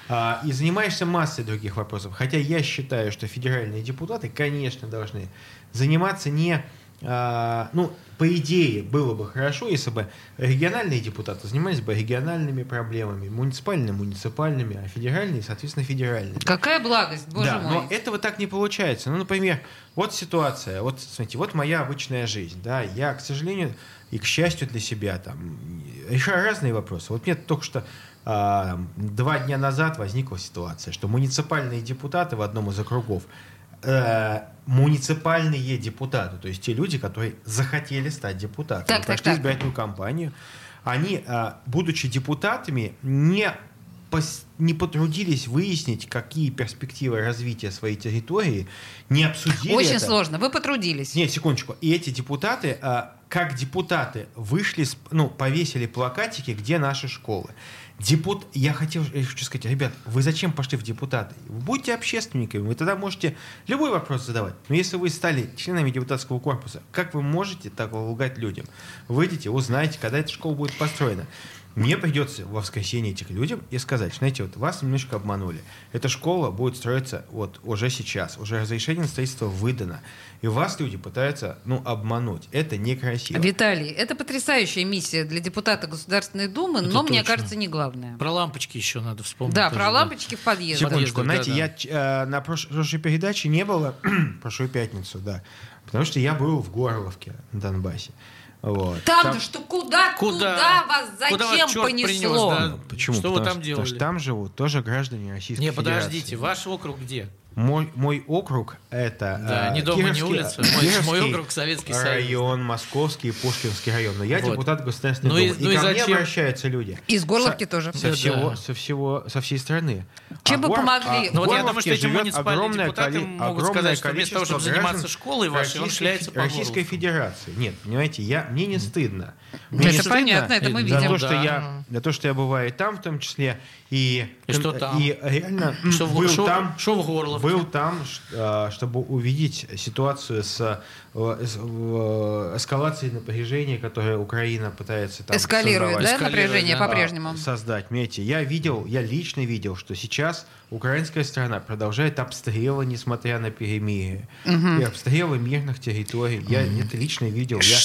Speaker 3: А, И занимаешься массой других вопросов. Хотя я считаю, что федеральные депутаты, конечно, должны заниматься не... а, Ну, по идее, было бы хорошо, если бы региональные депутаты занимались бы региональными проблемами, муниципальными, муниципальными, а федеральные, соответственно, федеральными.
Speaker 2: Какая благость, боже
Speaker 3: Да,
Speaker 2: мой.
Speaker 3: но этого так не получается. Ну, например, вот ситуация, вот смотрите, вот моя обычная жизнь, да, я, к сожалению, и к счастью для себя там решаю разные вопросы. Вот мне только что а, два дня назад возникла ситуация, что муниципальные депутаты в одном из округов э, муниципальные депутаты, то есть те люди, которые захотели стать депутатами,
Speaker 2: Так, так,
Speaker 3: прошли
Speaker 2: так.
Speaker 3: избирательную кампанию, они, а, будучи депутатами, не, пос- не потрудились выяснить, какие перспективы развития своей территории, не обсудили
Speaker 2: Очень
Speaker 3: это.
Speaker 2: сложно. Вы потрудились.
Speaker 3: Нет, секундочку. И эти депутаты, а, как депутаты, вышли, с- ну, повесили плакатики, где наши школы. Депут... Я хотел я хочу сказать, ребят, вы зачем пошли в депутаты? Вы будьте общественниками, вы тогда можете любой вопрос задавать. Но если вы стали членами депутатского корпуса, как вы можете так лгать людям? Выйдите, узнаете, когда эта школа будет построена. Мне придется во воскресенье этих людям и сказать, знаете, вот вас немножко обманули. Эта школа будет строиться вот уже сейчас, уже разрешение на строительство выдано. И вас люди пытаются, ну, обмануть. Это некрасиво.
Speaker 2: Виталий, это потрясающая миссия для депутата Государственной Думы,
Speaker 4: Это
Speaker 2: но мне
Speaker 4: точно.
Speaker 2: кажется, не главное.
Speaker 4: Про лампочки еще надо вспомнить.
Speaker 2: Да,
Speaker 4: тоже,
Speaker 2: про лампочки в подъезде.
Speaker 3: Секундочку,
Speaker 4: подъезда,
Speaker 3: знаете,
Speaker 4: да,
Speaker 3: я ч- э, на прош- прошлой передаче не было, [clears throat] прошлую пятницу, да, потому что я был в Горловке на Донбассе. Вот.
Speaker 2: Там-то что, куда,
Speaker 4: Куда?
Speaker 2: куда, вас зачем
Speaker 4: Куда вас черт
Speaker 2: понесло?
Speaker 4: принес, да?
Speaker 3: Ну, Почему?
Speaker 4: Что вы
Speaker 3: Потому
Speaker 4: там
Speaker 3: Потому что
Speaker 4: делали?
Speaker 3: там живут тоже граждане Российской
Speaker 4: Не,
Speaker 3: Федерации.
Speaker 4: подождите, ваш округ где?
Speaker 3: Мой, мой округ это...
Speaker 4: Да,
Speaker 3: э,
Speaker 4: ни дома, ни
Speaker 3: Кировский-
Speaker 4: улица. Мой-
Speaker 3: Кировский
Speaker 4: мой округ Советский Союз.
Speaker 3: Район, Московский и Пушкинский район. Но я
Speaker 4: Вот.
Speaker 3: депутат Государственной
Speaker 4: Ну и-
Speaker 3: Думы. И,
Speaker 4: ну и
Speaker 3: ко мне
Speaker 4: зачем?
Speaker 3: обращаются люди.
Speaker 2: Из Горловки тоже.
Speaker 3: Со
Speaker 4: Да,
Speaker 3: всего,
Speaker 4: да.
Speaker 3: со всего, со всей страны.
Speaker 2: Чем бы
Speaker 3: Гор-
Speaker 2: помогли?
Speaker 3: в
Speaker 4: Ну вот я думаю,
Speaker 3: Горловке
Speaker 4: что эти
Speaker 3: живет
Speaker 4: муниципальные
Speaker 3: огромное
Speaker 4: депутаты
Speaker 3: коли-
Speaker 4: могут
Speaker 3: огромное
Speaker 4: сказать, что вместо
Speaker 3: количество
Speaker 4: того, чтобы заниматься
Speaker 3: граждан
Speaker 4: школой вашей, он
Speaker 3: Российской-
Speaker 4: шляется по
Speaker 3: Российской
Speaker 4: Горловке.
Speaker 3: Федерации. Нет, понимаете, я, мне не стыдно. Мне не
Speaker 2: Это
Speaker 3: стыдно
Speaker 2: понятно, это мы
Speaker 4: э,
Speaker 3: За
Speaker 2: видим.
Speaker 3: то,
Speaker 4: да.
Speaker 3: что я, за то, что я бываю и там в том числе, и,
Speaker 4: И что там?
Speaker 3: и реально м,
Speaker 4: Что в,
Speaker 3: был
Speaker 4: шо-
Speaker 3: там,
Speaker 4: шо в Горловке?
Speaker 3: был там, ш- а, чтобы увидеть ситуацию с, э, с, э, эскалацией напряжения, которое Украина пытается там
Speaker 2: Эскалирует,
Speaker 3: создавать.
Speaker 2: да,
Speaker 4: Эскалирует,
Speaker 2: напряжение
Speaker 4: да.
Speaker 2: по-прежнему?
Speaker 3: Создать. Понимаете, я видел, я лично видел, что сейчас украинская страна продолжает обстрелы, несмотря на перемирие. И обстрелы мирных территорий. Я это лично видел. Я,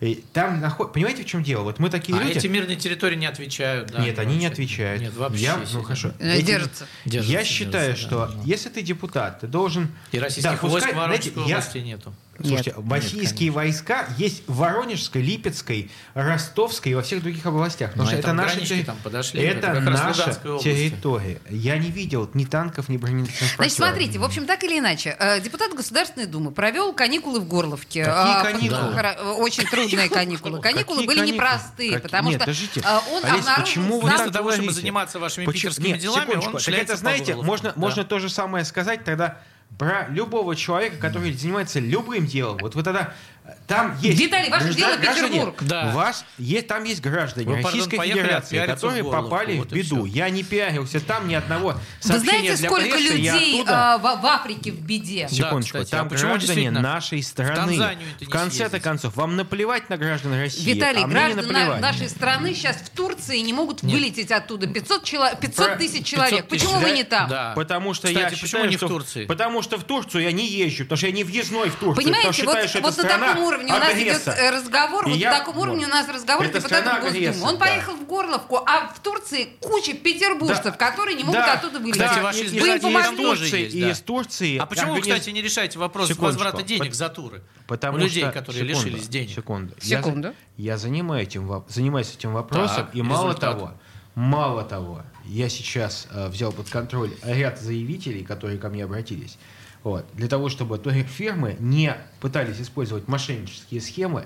Speaker 3: и там наход... Понимаете, в чем дело? Вот мы такие
Speaker 4: а
Speaker 3: люди...
Speaker 4: эти мирные территории не отвечают, да?
Speaker 3: Нет, они не
Speaker 4: вообще.
Speaker 3: отвечают.
Speaker 4: Нет, вообще.
Speaker 3: Я,
Speaker 4: сидят.
Speaker 3: ну хорошо.
Speaker 2: Э,
Speaker 3: Эти-
Speaker 2: Держится.
Speaker 4: Держатся,
Speaker 3: я считаю,
Speaker 4: держатся,
Speaker 3: что
Speaker 4: да, да.
Speaker 3: если ты депутат, ты должен...
Speaker 4: И российских
Speaker 3: Да,
Speaker 4: войск
Speaker 3: пускай,
Speaker 4: в Воронежской
Speaker 3: знаете, я-
Speaker 4: области нету.
Speaker 3: Слушайте, российские войска есть в Воронежской, Липецкой, Ростовской и во всех других областях. Потому
Speaker 4: Ну,
Speaker 3: что
Speaker 4: они
Speaker 3: это
Speaker 4: там
Speaker 3: наша,
Speaker 4: гранички
Speaker 3: терри-
Speaker 4: там подошли,
Speaker 3: это
Speaker 4: это как раз
Speaker 3: наша
Speaker 4: Луганской области.
Speaker 3: территория. Я не видел ни танков, ни бронетранспортеров.
Speaker 2: Значит, смотрите, в общем, так или иначе, э, депутат Государственной Думы провел каникулы в Горловке.
Speaker 3: Какие
Speaker 2: А,
Speaker 3: каникулы?
Speaker 2: под- хоро- э, Очень трудные каникулы. Каникулы
Speaker 3: Какие
Speaker 2: были
Speaker 3: каникулы?
Speaker 2: непростые,
Speaker 3: Какие?
Speaker 2: потому
Speaker 3: Нет,
Speaker 2: что
Speaker 3: подождите.
Speaker 2: э, он
Speaker 3: Олесь, почему
Speaker 2: обнаружил
Speaker 3: вы
Speaker 2: сам
Speaker 4: Вместо того, чтобы
Speaker 3: говорите.
Speaker 4: заниматься вашими
Speaker 3: Почему-
Speaker 4: питерскими
Speaker 3: Нет,
Speaker 4: делами,
Speaker 3: секундочку.
Speaker 4: он
Speaker 3: Так
Speaker 4: шляется
Speaker 3: это,
Speaker 4: по
Speaker 3: знаете,
Speaker 4: Горловке.
Speaker 3: можно,
Speaker 4: Да.
Speaker 3: можно то же самое сказать тогда про любого человека, который занимается любым делом. Вот вы тогда э, там есть...
Speaker 2: Виталий, ваше
Speaker 3: граждан-
Speaker 2: дело
Speaker 3: граждане.
Speaker 2: Петербург.
Speaker 4: Да.
Speaker 3: Вас, есть, там есть граждане
Speaker 4: Вы, пардон,
Speaker 3: Российской
Speaker 4: поехали
Speaker 3: Федерации,
Speaker 4: отпиариться
Speaker 3: которые
Speaker 4: в Горловку,
Speaker 3: попали
Speaker 4: вот
Speaker 3: в
Speaker 4: и
Speaker 3: беду.
Speaker 4: всё.
Speaker 3: Я не пиарился, там ни одного
Speaker 2: Вы
Speaker 3: сообщения
Speaker 2: знаете,
Speaker 3: для
Speaker 2: сколько
Speaker 3: прессы, я
Speaker 2: людей э,
Speaker 3: оттуда-
Speaker 2: в в Африке в беде?
Speaker 4: Да,
Speaker 3: Секундочку,
Speaker 4: кстати,
Speaker 3: там
Speaker 4: а почему
Speaker 3: граждане
Speaker 4: действительно
Speaker 3: нашей страны.
Speaker 4: Танзанию это не
Speaker 3: в конце-то
Speaker 4: съездить?
Speaker 3: концов, вам наплевать на граждан России,
Speaker 2: Виталий,
Speaker 3: а мне не
Speaker 2: граждане
Speaker 3: наплевать.
Speaker 2: нашей страны сейчас в Турции не могут вылететь оттуда. 500, чело- 500
Speaker 3: Про-
Speaker 2: тысяч человек.
Speaker 4: 500 тысяч,
Speaker 2: Почему вы
Speaker 4: да?
Speaker 2: не там?
Speaker 4: Да.
Speaker 3: Потому что
Speaker 4: А. Кстати,
Speaker 3: я
Speaker 4: почему
Speaker 3: считаю,
Speaker 4: не в
Speaker 3: что-
Speaker 4: Турции?
Speaker 3: Потому что в Турцию я не езжу, потому что я не въездной в Турцию. потому
Speaker 2: Понимаете,
Speaker 3: что
Speaker 2: вот,
Speaker 3: считаю, что
Speaker 2: вот
Speaker 3: эта
Speaker 2: на
Speaker 3: страна
Speaker 2: таком уровне у нас
Speaker 3: агресса.
Speaker 2: идет э, разговор,
Speaker 3: И
Speaker 2: вот
Speaker 3: я-
Speaker 2: на таком уровне
Speaker 3: вот.
Speaker 2: у нас разговор с
Speaker 3: Это
Speaker 2: депутатом
Speaker 3: страна
Speaker 2: Госдумы.
Speaker 3: агрессора,
Speaker 2: Он
Speaker 3: да.
Speaker 2: поехал в Горловку, а в Турции куча петербуржцев, которые не могут
Speaker 3: Да.
Speaker 2: оттуда вылететь.
Speaker 4: Кстати,
Speaker 3: Да,
Speaker 4: ваши
Speaker 3: и- и-
Speaker 2: Вы им
Speaker 4: избиратели
Speaker 2: помогли.
Speaker 4: там тоже есть,
Speaker 3: и
Speaker 4: да.
Speaker 3: из Турции.
Speaker 4: А почему вы,
Speaker 3: организ-
Speaker 4: кстати, не решаете вопрос
Speaker 3: Секундочку.
Speaker 4: возврата денег
Speaker 3: Пот-
Speaker 4: за туры?
Speaker 3: Потому
Speaker 4: у людей,
Speaker 3: что-
Speaker 4: которые
Speaker 3: секунду,
Speaker 4: лишились денег.
Speaker 3: Секунду. Я за-
Speaker 2: Секунду.
Speaker 3: Я, занимаюсь, этим, воп- занимаюсь этим вопросом.
Speaker 4: Так,
Speaker 3: и мало
Speaker 4: результат.
Speaker 3: того, мало того, я сейчас э, взял под контроль ряд заявителей, которые ко мне обратились. Вот, для того, чтобы турфирмы не пытались использовать мошеннические схемы,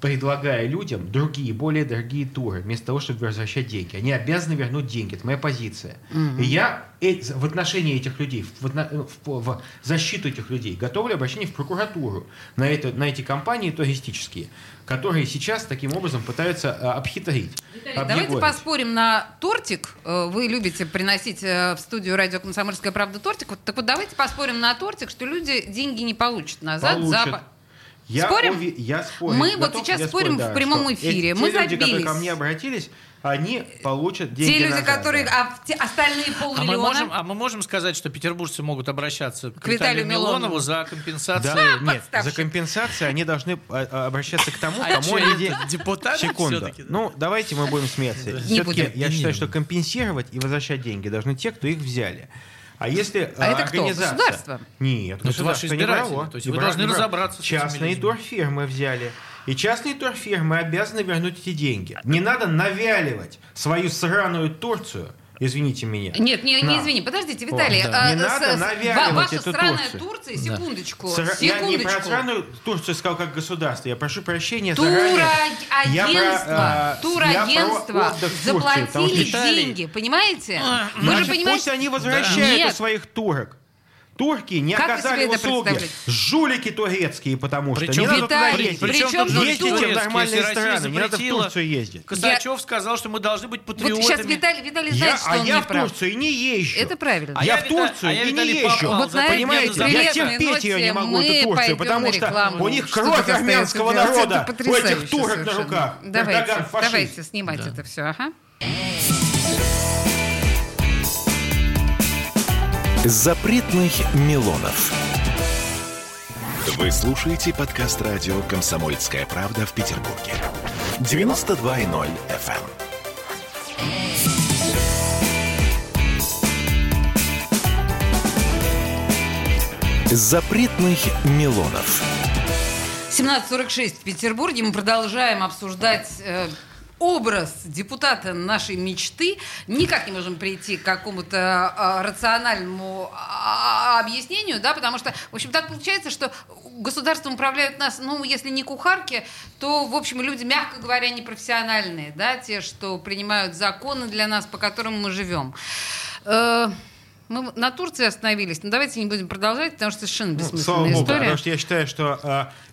Speaker 3: предлагая людям другие, более дорогие туры, вместо того, чтобы возвращать деньги. Они обязаны вернуть деньги. Это моя позиция. И я э- в отношении этих людей, в, отно- э, в- в защиту этих людей готовлю обращение в прокуратуру на, это, на эти компании туристические, которые сейчас таким образом пытаются э, обхитрить.
Speaker 2: Виталий, Давайте
Speaker 3: объегорить.
Speaker 2: поспорим на тортик. Э, Вы любите приносить э, в студию радио «Комсомольская правда» тортик. Вот, так вот давайте поспорим на тортик, что люди деньги не получат назад.
Speaker 3: Получат.
Speaker 2: за-
Speaker 3: Я
Speaker 2: Спорим?
Speaker 3: уве- я спорю.
Speaker 2: Мы вот
Speaker 3: Готов?
Speaker 2: сейчас
Speaker 3: Я
Speaker 2: спорим в прямом
Speaker 3: что
Speaker 2: эфире.
Speaker 3: эти-
Speaker 2: Мы
Speaker 3: те люди, которые ко
Speaker 2: забились.
Speaker 3: мне обратились, они получат деньги
Speaker 2: Те люди,
Speaker 3: назад,
Speaker 2: которые...
Speaker 3: да.
Speaker 2: А те- остальные
Speaker 4: А мы,
Speaker 2: полмиллиона...
Speaker 4: можем, а мы можем сказать, что петербуржцы могут обращаться к,
Speaker 2: К Виталию
Speaker 4: Виталию Милонову
Speaker 2: Милонову.
Speaker 4: за компенсацию?
Speaker 3: Да, нет, за
Speaker 2: подставщик.
Speaker 3: компенсацию они должны а, а, обращаться к тому,
Speaker 4: А
Speaker 3: кому
Speaker 4: чё,
Speaker 3: они...
Speaker 4: это
Speaker 3: де-
Speaker 4: депутаты
Speaker 3: Секунду.
Speaker 4: всё-таки, да?
Speaker 3: Ну, давайте мы будем смеяться.
Speaker 2: будем.
Speaker 3: Все-таки я
Speaker 4: Не
Speaker 3: считаю,
Speaker 4: будем.
Speaker 3: что компенсировать и возвращать деньги должны те, кто их взяли. А если
Speaker 2: А
Speaker 3: э,
Speaker 2: это кто?
Speaker 3: организация-
Speaker 2: Государство?
Speaker 3: Нет,
Speaker 4: Ну, это
Speaker 3: государство
Speaker 4: ваши
Speaker 3: не
Speaker 4: избиратели.
Speaker 3: брало.
Speaker 4: То есть
Speaker 3: Не
Speaker 4: вы
Speaker 3: брало,
Speaker 4: должны
Speaker 3: не брало.
Speaker 4: разобраться с этими
Speaker 3: Частные
Speaker 4: людьми.
Speaker 3: турфирмы взяли. И частные турфирмы обязаны вернуть эти деньги. Не надо навяливать свою сраную Турцию, извините меня.
Speaker 2: Нет, не, не
Speaker 3: Нам.
Speaker 2: извини, подождите, Виталий.
Speaker 4: да.
Speaker 2: а,
Speaker 3: Не
Speaker 2: с-
Speaker 3: надо
Speaker 2: с-
Speaker 3: навяливать
Speaker 2: Ваша
Speaker 3: эту
Speaker 2: странная
Speaker 3: Турцию.
Speaker 2: Турция, секундочку,
Speaker 3: Сра- Я не про
Speaker 2: секундочку.
Speaker 3: сраную Турцию сказал как государство. Я прошу прощения заранее. Я
Speaker 2: Турагентство,
Speaker 3: про, э, я про
Speaker 2: турагентство
Speaker 3: отдых в Турции, потому что- А,
Speaker 2: заплатили
Speaker 4: Виталий-
Speaker 2: деньги, понимаете? Вы же
Speaker 3: Значит, пусть
Speaker 2: понимаете,
Speaker 3: они возвращают
Speaker 2: Нет.
Speaker 3: у своих турок. Турки не
Speaker 2: Как вы
Speaker 3: оказали
Speaker 2: себе это
Speaker 3: услуги.
Speaker 2: представляете?
Speaker 3: Жулики турецкие, потому что.
Speaker 4: Причем-
Speaker 3: не надо туда
Speaker 2: Виталий,
Speaker 3: ездить.
Speaker 2: причем тут
Speaker 4: же
Speaker 2: Ездите в
Speaker 4: турецкие,
Speaker 3: нормальные
Speaker 4: если Россия
Speaker 3: страны, не надо в
Speaker 4: запретила.
Speaker 3: Турцию ездить.
Speaker 4: Косачев сказал, что мы должны быть патриотами.
Speaker 2: вот сейчас Виталий, Виталий
Speaker 3: Я,
Speaker 2: знает, что
Speaker 3: а
Speaker 2: он
Speaker 3: я
Speaker 2: не
Speaker 3: в
Speaker 2: прав.
Speaker 3: Турцию не езжу.
Speaker 2: Это правильно.
Speaker 4: А
Speaker 3: я,
Speaker 4: я
Speaker 3: в
Speaker 4: Вита-
Speaker 3: Турцию
Speaker 4: а я,
Speaker 3: и не
Speaker 4: Виталий,
Speaker 3: езжу.
Speaker 4: попал
Speaker 2: Вот за этой
Speaker 3: понимаете, я
Speaker 2: прелестной
Speaker 3: терпеть ее
Speaker 2: ноте
Speaker 3: не могу,
Speaker 2: мы
Speaker 3: эту Турцию,
Speaker 2: пойдем на
Speaker 3: потому что
Speaker 2: рекламу.
Speaker 3: у них
Speaker 2: Что
Speaker 3: кровь
Speaker 2: тут остается
Speaker 3: армянского
Speaker 2: делать? Это
Speaker 3: народа, у
Speaker 2: потрясающе
Speaker 3: этих турок на
Speaker 2: совершенно.
Speaker 3: руках.
Speaker 2: Давайте,
Speaker 3: Эрдоган фашист.
Speaker 2: давайте снимать это все. Ага.
Speaker 1: Запретных Милонов. Вы слушаете подкаст радио «Комсомольская правда» в Петербурге. 92.0 FM. Запретных Милонов.
Speaker 2: 17.46 в Петербурге. Мы продолжаем обсуждать э, образ депутата нашей мечты. Никак не можем прийти к какому-то э, рациональному а, объяснению, да, потому что, в общем, так получается, что государством управляют нас, ну, если не кухарки, то, в общем, люди, мягко говоря, непрофессиональные, да, те, что принимают законы для нас, по которым мы живем. Э, мы на Турции остановились, но давайте не будем продолжать, потому что совершенно
Speaker 3: Ну,
Speaker 2: бессмысленная
Speaker 3: Слава богу,
Speaker 2: история.
Speaker 3: потому что я считаю, что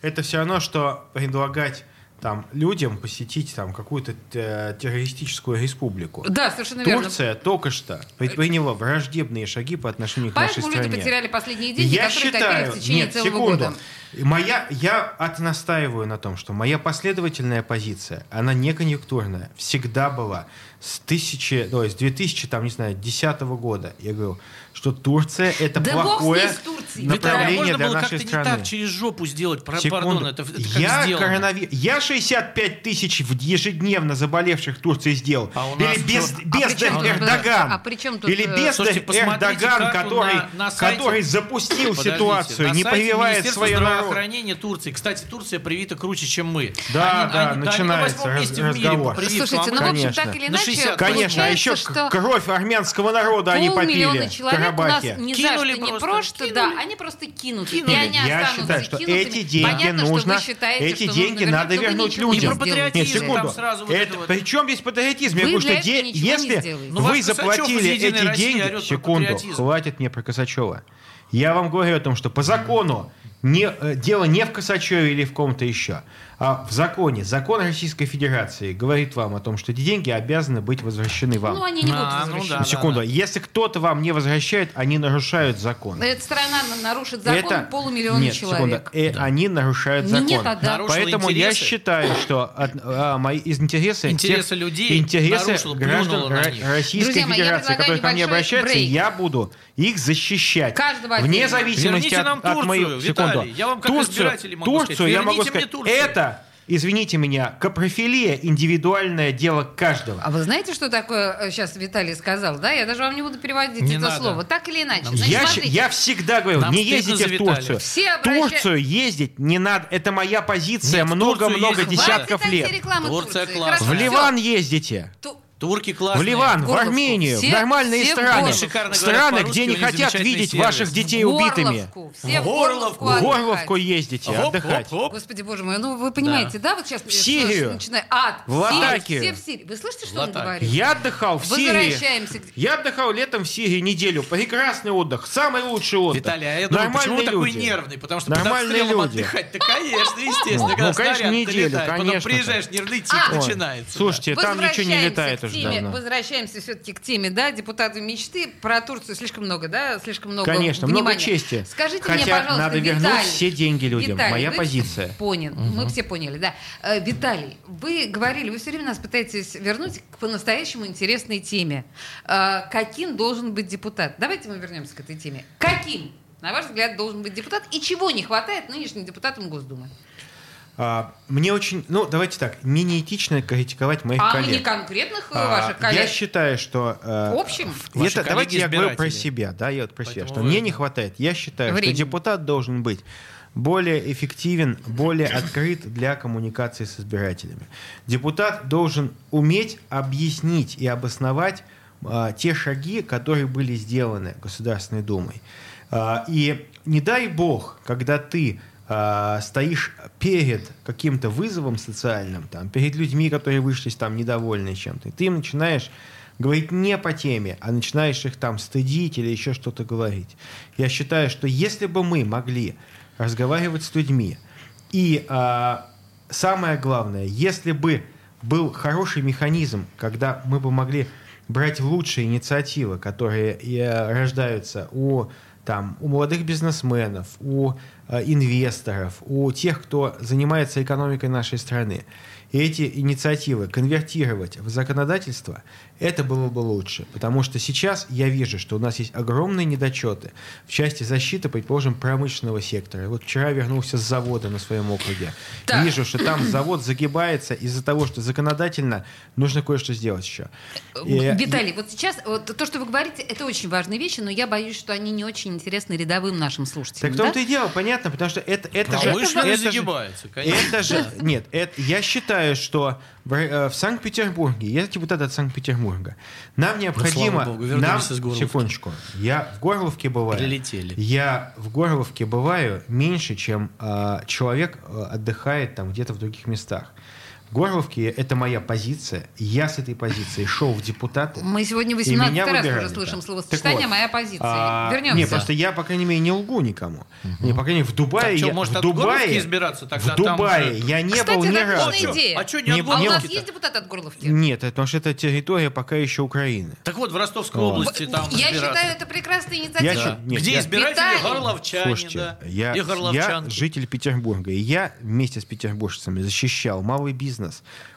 Speaker 3: э, это все равно, что предлагать там людям посетить там какую-то э, террористическую республику.
Speaker 2: Да, совершенно верно.
Speaker 3: Турция только что предприняла враждебные шаги по отношению к нашей
Speaker 2: Поэтому люди
Speaker 3: стране.
Speaker 2: потеряли последние деньги,
Speaker 3: я
Speaker 2: которые
Speaker 3: считаю,
Speaker 2: копили в течение
Speaker 3: нет,
Speaker 2: целого
Speaker 3: секунду.
Speaker 2: года.
Speaker 3: Моя, я от- настаиваю на том, что моя последовательная позиция, она не конъюнктурная, всегда была с тысячи, ну, с 2000, там, не знаю, 10 года. Я говорил, что Турция это
Speaker 2: Да бог с ней,
Speaker 3: плохое
Speaker 2: с Турцией.
Speaker 4: Виталий, а
Speaker 3: направление
Speaker 4: можно
Speaker 3: для
Speaker 4: было как-то
Speaker 3: нашей
Speaker 4: не
Speaker 3: страны.
Speaker 4: так через жопу сделать? Про- Пардон,
Speaker 3: Секунду.
Speaker 4: это, это как
Speaker 3: я
Speaker 4: сделано.
Speaker 3: коронавирус. Я 65 тысяч в- ежедневно заболевших в Турции сделал.
Speaker 4: А у нас
Speaker 3: Или без,
Speaker 4: что?
Speaker 2: А
Speaker 3: без
Speaker 2: при чем тут-
Speaker 3: Эрдоган.
Speaker 2: а при чем тут,
Speaker 3: Или
Speaker 2: э,
Speaker 3: без
Speaker 4: Слушайте, посмотрите
Speaker 3: Эрдоган,
Speaker 4: карту
Speaker 3: который,
Speaker 4: на- на сайте.
Speaker 3: который запустил
Speaker 4: Подождите,
Speaker 3: ситуацию,
Speaker 4: на
Speaker 3: не
Speaker 4: сайте
Speaker 3: прививает
Speaker 4: Министерства
Speaker 3: свое народ.
Speaker 4: здравоохранения Турции. Кстати, Турция привита круче, чем мы.
Speaker 3: Да,
Speaker 4: Они-
Speaker 3: да,
Speaker 4: они-
Speaker 3: начинается
Speaker 4: они на восьмом месте
Speaker 3: раз-
Speaker 4: в мире по
Speaker 3: разговор.
Speaker 4: прививкам.
Speaker 2: Слушайте, ну,
Speaker 4: А
Speaker 2: в общем,
Speaker 3: Конечно.
Speaker 2: так или
Speaker 4: На
Speaker 2: иначе,
Speaker 4: 60.
Speaker 3: Конечно, а еще
Speaker 2: получается,
Speaker 3: к-
Speaker 2: что
Speaker 3: кровь армянского народа они
Speaker 2: полмиллиона
Speaker 3: попили в
Speaker 2: человек у нас
Speaker 3: Карабахе.
Speaker 2: ни
Speaker 4: Кинули
Speaker 2: за что, не
Speaker 4: просто.
Speaker 2: просто, да, они просто кинуты, и они
Speaker 3: Я
Speaker 2: останутся
Speaker 3: считаю, что
Speaker 2: кинутыми.
Speaker 3: эти деньги
Speaker 2: Понятно, что
Speaker 3: нужно,
Speaker 2: вы считаете,
Speaker 3: эти
Speaker 2: что
Speaker 3: деньги
Speaker 2: нужно
Speaker 3: надо
Speaker 2: но вы
Speaker 3: вернуть
Speaker 2: ничего не
Speaker 3: людям.
Speaker 4: Не про
Speaker 2: сделаете.
Speaker 3: Нет,
Speaker 4: патриотизм,
Speaker 3: секунду.
Speaker 4: ну, там сразу вот это
Speaker 3: это,
Speaker 4: вот.
Speaker 3: Причем без патриотизма?
Speaker 2: Вы
Speaker 3: Я говорю, что
Speaker 2: для этого
Speaker 3: де-
Speaker 2: ничего не
Speaker 3: если
Speaker 2: сделаете.
Speaker 3: вы
Speaker 4: Ну, ваш Косачев из
Speaker 3: заплатили
Speaker 4: «Единой
Speaker 3: эти
Speaker 4: России»
Speaker 3: деньги...
Speaker 4: орёт про
Speaker 3: Секунду,
Speaker 4: патриотизм.
Speaker 3: хватит мне про Косачева. Я вам говорю о том, что по закону не, э, дело не в Косачеве или в ком-то еще, а в законе. Закон Российской Федерации говорит вам о том, что эти деньги обязаны быть возвращены вам.
Speaker 2: Ну, они не будут
Speaker 4: А, ну
Speaker 2: возвращать.
Speaker 3: Ну, секунду.
Speaker 4: да, да.
Speaker 3: Если кто-то вам не возвращает, они нарушают закон.
Speaker 2: Эта страна на- нарушит закон
Speaker 3: Это-
Speaker 2: полумиллиона
Speaker 3: Нет,
Speaker 2: человек.
Speaker 3: секунду. Э, Они нарушают закон.
Speaker 2: Нет, а да.
Speaker 4: Нарушила
Speaker 3: Поэтому я
Speaker 4: интересы.
Speaker 3: считаю, что от- а, мои из- интересы,
Speaker 4: Интересы
Speaker 3: тех-
Speaker 4: людей
Speaker 3: интересы
Speaker 4: нарушила,
Speaker 3: граждан
Speaker 4: плюнула на
Speaker 3: Ро-
Speaker 4: них.
Speaker 3: Российской
Speaker 2: Друзья мои, я
Speaker 3: Федерации,
Speaker 2: предлагаю
Speaker 3: которые ко мне
Speaker 2: небольшой
Speaker 3: обращаются,
Speaker 2: брейк.
Speaker 3: я буду их защищать.
Speaker 2: Каждого
Speaker 3: Вне
Speaker 2: отдельно.
Speaker 3: зависимости
Speaker 4: Верните
Speaker 3: от,
Speaker 4: нам
Speaker 3: от
Speaker 4: Турцию,
Speaker 3: моих...
Speaker 4: Виталий.
Speaker 3: Секунду.
Speaker 4: Я вам как избиратель могу
Speaker 3: Турцию
Speaker 4: сказать,
Speaker 3: я могу
Speaker 4: верните мне
Speaker 3: сказать,
Speaker 4: Турцию.
Speaker 3: это, извините меня, капрофилия, индивидуальное дело каждого.
Speaker 2: А вы знаете, что такое э, сейчас Виталий сказал, да? Я даже вам не буду переводить
Speaker 4: Не
Speaker 2: это
Speaker 4: надо.
Speaker 2: слово. Так или иначе.
Speaker 4: Нам
Speaker 2: Значит,
Speaker 3: я, щ-
Speaker 2: смотрите.
Speaker 3: я всегда говорил,
Speaker 4: Нам
Speaker 3: не
Speaker 4: стыдно
Speaker 3: ездите
Speaker 4: за
Speaker 3: в
Speaker 4: Виталия.
Speaker 3: Турцию.
Speaker 2: Все
Speaker 3: В
Speaker 2: обраща-
Speaker 3: Турцию ездить не надо. Это моя позиция
Speaker 4: Нет, в
Speaker 3: много-много
Speaker 4: Турцию ездить
Speaker 3: десятков
Speaker 2: Хватит
Speaker 3: лет.
Speaker 2: антирекламы
Speaker 4: Турция
Speaker 2: Турции.
Speaker 4: классная.
Speaker 2: Хорошо,
Speaker 3: В
Speaker 4: Всё.
Speaker 3: Ливан ездите.
Speaker 2: Ту-
Speaker 4: Турки классные.
Speaker 3: В Ну, Ливан, в
Speaker 2: Горловку.
Speaker 3: Армению,
Speaker 2: Все-
Speaker 3: в нормальные
Speaker 2: все в
Speaker 3: страны.
Speaker 2: Горловку.
Speaker 4: Шикарно говорят
Speaker 3: страны,
Speaker 4: по-русски,
Speaker 3: где
Speaker 4: у
Speaker 3: не
Speaker 4: них
Speaker 3: хотят
Speaker 4: замечательный
Speaker 3: видеть
Speaker 4: сервис.
Speaker 3: ваших детей
Speaker 2: Горловку.
Speaker 3: убитыми.
Speaker 2: Все в
Speaker 4: Горловку.
Speaker 2: горловку.
Speaker 3: В
Speaker 2: отдыхать.
Speaker 3: Горловку ездите
Speaker 4: А Хоп,
Speaker 3: отдыхать.
Speaker 4: хоп, хоп.
Speaker 2: Господи, боже мой, ну вы понимаете, да, вот сейчас
Speaker 3: В Сирию.
Speaker 2: начинаю. Ад.
Speaker 3: В Латакию.
Speaker 2: Все в Сирии. Вы слышите, что
Speaker 4: В
Speaker 2: он
Speaker 4: Латакию.
Speaker 2: говорит?
Speaker 3: Я отдыхал в Сирии.
Speaker 2: Возвращаемся. к-
Speaker 3: Я отдыхал летом в Сирии неделю. Прекрасный отдых. Самый лучший отдых.
Speaker 4: Виталий, а я думаю, почему
Speaker 3: Нормальные
Speaker 4: такой
Speaker 3: люди.
Speaker 4: нервный? Потому что
Speaker 3: Нормальные
Speaker 4: под обстрелом
Speaker 3: люди.
Speaker 4: отдыхать, да, конечно, естественно.
Speaker 3: Ну,
Speaker 4: когда
Speaker 3: ну, конечно,
Speaker 4: снаряд
Speaker 3: неделю,
Speaker 4: долетает, Потом
Speaker 3: конечно.
Speaker 4: приезжаешь, нервный тик
Speaker 2: А.
Speaker 4: начинается.
Speaker 3: Слушайте, там ничего не
Speaker 2: Возвращаемся
Speaker 3: летает
Speaker 2: к
Speaker 3: уже
Speaker 2: теме,
Speaker 3: давно.
Speaker 2: Возвращаемся все-таки к теме, да, депутаты мечты. Про Турцию слишком много, да, слишком много
Speaker 3: Конечно,
Speaker 2: внимания.
Speaker 3: много чести.
Speaker 2: Скажите
Speaker 3: Хотя
Speaker 2: мне, пожалуйста,
Speaker 3: надо вернуть
Speaker 2: Виталий,
Speaker 3: все деньги людям.
Speaker 2: Виталий,
Speaker 3: Моя
Speaker 2: вы
Speaker 3: позиция.
Speaker 2: Понял, мы все поняли, да. Э, Виталий, вы говорили, вы все время нас пытаетесь вернуть к по-настоящему интересной теме. Э, Каким должен быть депутат? Давайте мы вернемся к этой теме. Каким, на ваш взгляд, должен быть депутат? И чего не хватает нынешним депутатам Госдумы?
Speaker 3: А, мне очень... Ну, давайте так. Мне неэтично критиковать моих
Speaker 2: а
Speaker 3: коллег.
Speaker 2: мы не конкретных э,
Speaker 3: А,
Speaker 2: ваших коллег?
Speaker 3: Я считаю, что... э,
Speaker 2: В общем?
Speaker 3: в-
Speaker 4: Ваши
Speaker 3: это, давайте я
Speaker 4: коллеги-избиратели.
Speaker 3: говорю про себя, да, я вот про себя,
Speaker 4: Поэтому
Speaker 3: что
Speaker 4: вы-
Speaker 3: мне не хватает. Я считаю,
Speaker 2: Времени.
Speaker 3: что депутат должен быть более эффективен, более открыт для коммуникации с избирателями. Депутат должен уметь объяснить и обосновать а, те шаги, которые были сделаны Государственной Думой. А, и не дай бог, когда ты а, стоишь перед каким-то вызовом социальным, там, перед людьми, которые вышли там недовольны чем-то, и ты им начинаешь говорить не по теме, а начинаешь их там стыдить или еще что-то говорить. Я считаю, что если бы мы могли разговаривать с людьми, и а, самое главное, если бы был хороший механизм, когда мы бы могли брать лучшие инициативы, которые э, рождаются у, там, у молодых бизнесменов, у э, инвесторов, у тех, кто занимается экономикой нашей страны. И эти инициативы конвертировать в законодательство, это было бы лучше. Потому что сейчас я вижу, что у нас есть огромные недочеты в части защиты, предположим, промышленного сектора. Вот вчера вернулся с завода на своем округе.
Speaker 2: Так.
Speaker 3: Вижу, что там завод загибается из-за того, что законодательно нужно кое-что сделать еще. И-
Speaker 2: Виталий, вот сейчас вот то, что вы говорите, это очень важные вещи, но я боюсь, что они не очень интересны рядовым нашим
Speaker 3: Так
Speaker 2: слушателям.
Speaker 3: в том
Speaker 2: да?
Speaker 3: то и дело, понятно, потому что это, это
Speaker 4: А
Speaker 3: же...
Speaker 4: вышли и
Speaker 3: это же-
Speaker 4: загибаются, конечно.
Speaker 3: Это же... Нет, это, я считаю, что в, Р- э, в Санкт-Петербурге, я депутат от Санкт-Петербурга, нам необходимо...
Speaker 4: Ну, слава богу,
Speaker 3: нам,
Speaker 4: вернулись из Горловки.
Speaker 3: секундочку. Я в Горловке бываю.
Speaker 4: Прилетели.
Speaker 3: Я в Горловке бываю меньше, чем э, человек э, отдыхает там где-то в других местах. В Горловке это моя позиция. Я с этой позиции шел в депутаты.
Speaker 2: Мы сегодня
Speaker 3: И
Speaker 2: 18
Speaker 3: меня
Speaker 2: раз
Speaker 3: выбирали,
Speaker 2: уже
Speaker 3: да.
Speaker 2: слышим
Speaker 3: Так
Speaker 2: словосочетание
Speaker 3: вот.
Speaker 2: «моя позиция».
Speaker 3: А,
Speaker 2: Вернемся.
Speaker 3: Не, просто я, по крайней мере, не лгу никому. Не, по крайней мере, в
Speaker 4: Так
Speaker 3: Дубае...
Speaker 4: чё,
Speaker 3: я,
Speaker 4: может,
Speaker 3: в
Speaker 4: от Горловки
Speaker 3: Дубае,
Speaker 4: избираться
Speaker 3: в
Speaker 4: тогда? Там
Speaker 3: Дубае
Speaker 4: же-
Speaker 3: я не
Speaker 2: Кстати,
Speaker 3: был ни
Speaker 2: это
Speaker 3: разу.
Speaker 2: отличная идея.
Speaker 4: А что не
Speaker 3: Не-
Speaker 4: от
Speaker 2: а у нас
Speaker 4: Горловки-то?
Speaker 2: есть депутат от Горловки?
Speaker 3: Нет, это- потому что это территория пока еще Украины.
Speaker 4: Так вот, в Ростовской
Speaker 3: О.
Speaker 4: области там
Speaker 2: я
Speaker 4: избираться.
Speaker 2: считаю, это прекрасная
Speaker 3: Я
Speaker 2: инициатива.
Speaker 3: считаю- Нет,
Speaker 4: Где
Speaker 3: я-
Speaker 4: избиратели
Speaker 2: Виталий.
Speaker 4: горловчане,
Speaker 3: Слушайте,
Speaker 4: да,
Speaker 3: я,
Speaker 4: и
Speaker 3: я
Speaker 4: горловчанки.
Speaker 3: житель Петербурга, и я вместе с петербуржцами защищал малый бизнес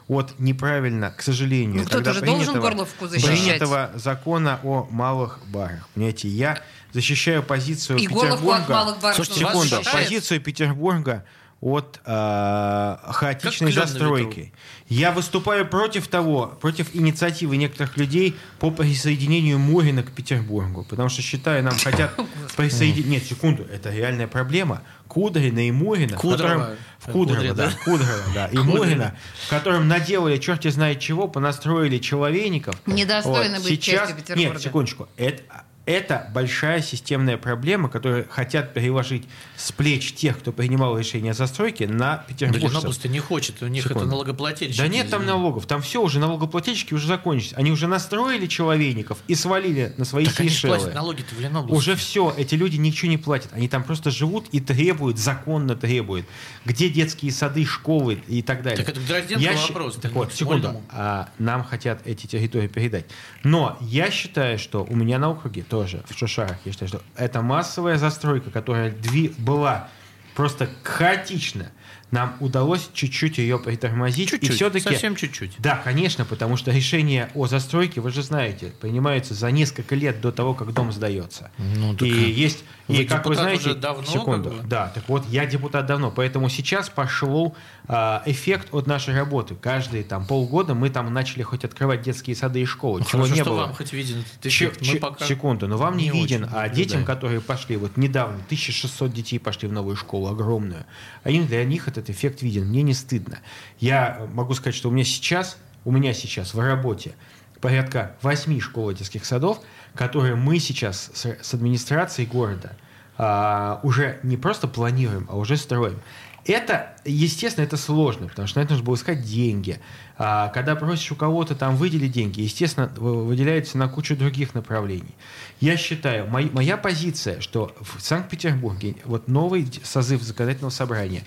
Speaker 3: от неправильно, к сожалению,
Speaker 2: Ну, кто-то
Speaker 3: тогда
Speaker 2: же должен
Speaker 3: принятого-
Speaker 2: Горловку защищать.
Speaker 3: принятого закона о малых барах. Понимаете, я защищаю позицию
Speaker 2: И голову от
Speaker 3: Петербурга.
Speaker 2: малых баров.
Speaker 4: Слушайте,
Speaker 2: Ну, вас
Speaker 3: секунду,
Speaker 2: считает?
Speaker 3: позицию Петербурга от э, хаотичной
Speaker 4: Как клен на
Speaker 3: застройки. Я выступаю против того, против инициативы некоторых людей по присоединению Морина к Петербургу, потому что считаю, нам [laughs] хотят присоединить. Нет, секунду, это реальная проблема. Кудрина и Морина, в
Speaker 4: Кудрова.
Speaker 3: котором- в Кудрово,
Speaker 4: Кудрина.
Speaker 3: да, Кудрова, да, и Морина, в котором наделали черти знает чего, понастроили человейников.
Speaker 2: Недостойно быть частью
Speaker 3: Сейчас-
Speaker 2: Петербурга.
Speaker 3: Нет, секундочку, это, Это большая системная проблема, которую хотят переложить с плеч тех, кто принимал решение о застройке, на
Speaker 4: Да
Speaker 3: петербуржцев.
Speaker 4: Ленобласть-то не хочет, у них
Speaker 3: Секунду.
Speaker 4: это налогоплательщики.
Speaker 3: Да нет там налогов, там все уже налогоплательщики уже закончились. Они уже настроили человейников и свалили на свои
Speaker 4: Так они же
Speaker 3: Сейшелы.
Speaker 4: платят налоги-то в Ленобласти.
Speaker 3: Уже все, эти люди ничего не платят. Они там просто живут и требуют, законно требуют. Где детские сады, школы и так далее.
Speaker 4: Так это к Дрозденко
Speaker 3: Я щи-
Speaker 4: вопрос,
Speaker 3: Так
Speaker 4: не
Speaker 3: вот,
Speaker 4: к
Speaker 3: секунду.
Speaker 4: Смольному.
Speaker 3: А, нам хотят эти территории передать. Но я считаю, что у меня на округе тоже, в Шушарах, я считаю, что это массовая застройка, которая дви- была просто хаотична. Нам удалось чуть-чуть ее притормозить.
Speaker 4: Чуть-чуть,
Speaker 3: и все-таки
Speaker 4: совсем чуть-чуть.
Speaker 3: да, конечно, потому что решение о застройке, вы же знаете, принимается за несколько лет до того, как дом сдается.
Speaker 4: Ну, так
Speaker 3: и есть,
Speaker 4: вы
Speaker 3: и как вы
Speaker 4: депутат
Speaker 3: знаете,
Speaker 4: уже давно,
Speaker 3: секунду,
Speaker 4: как бы.
Speaker 3: да, так вот я депутат давно, поэтому сейчас пошел а, эффект от нашей работы. Каждые там полгода мы там начали хоть открывать детские сады и школы,
Speaker 4: Ну,
Speaker 3: чего
Speaker 4: Хорошо,
Speaker 3: не
Speaker 4: что
Speaker 3: было.
Speaker 4: вам хоть виден этот
Speaker 3: Че-
Speaker 4: эффект. Мы
Speaker 3: че-
Speaker 4: пока...
Speaker 3: Секунду, но вам не,
Speaker 4: не
Speaker 3: виден,
Speaker 4: очень
Speaker 3: а
Speaker 4: наблюдаем.
Speaker 3: детям, которые пошли, вот недавно 1600 детей пошли в новую школу, огромную, они, для них этот эффект виден, мне не стыдно. Я могу сказать, что у меня сейчас, у меня сейчас в работе порядка 8 школ и детских садов, которые мы сейчас с, с администрацией города а, уже не просто планируем, а уже строим. Это, естественно, это сложно, потому что на это нужно было искать деньги. А когда просишь у кого-то там выделить деньги, естественно, вы- выделяются на кучу других направлений. Я считаю, мои- моя позиция, что в Санкт-Петербурге вот новый д- созыв законодательного собрания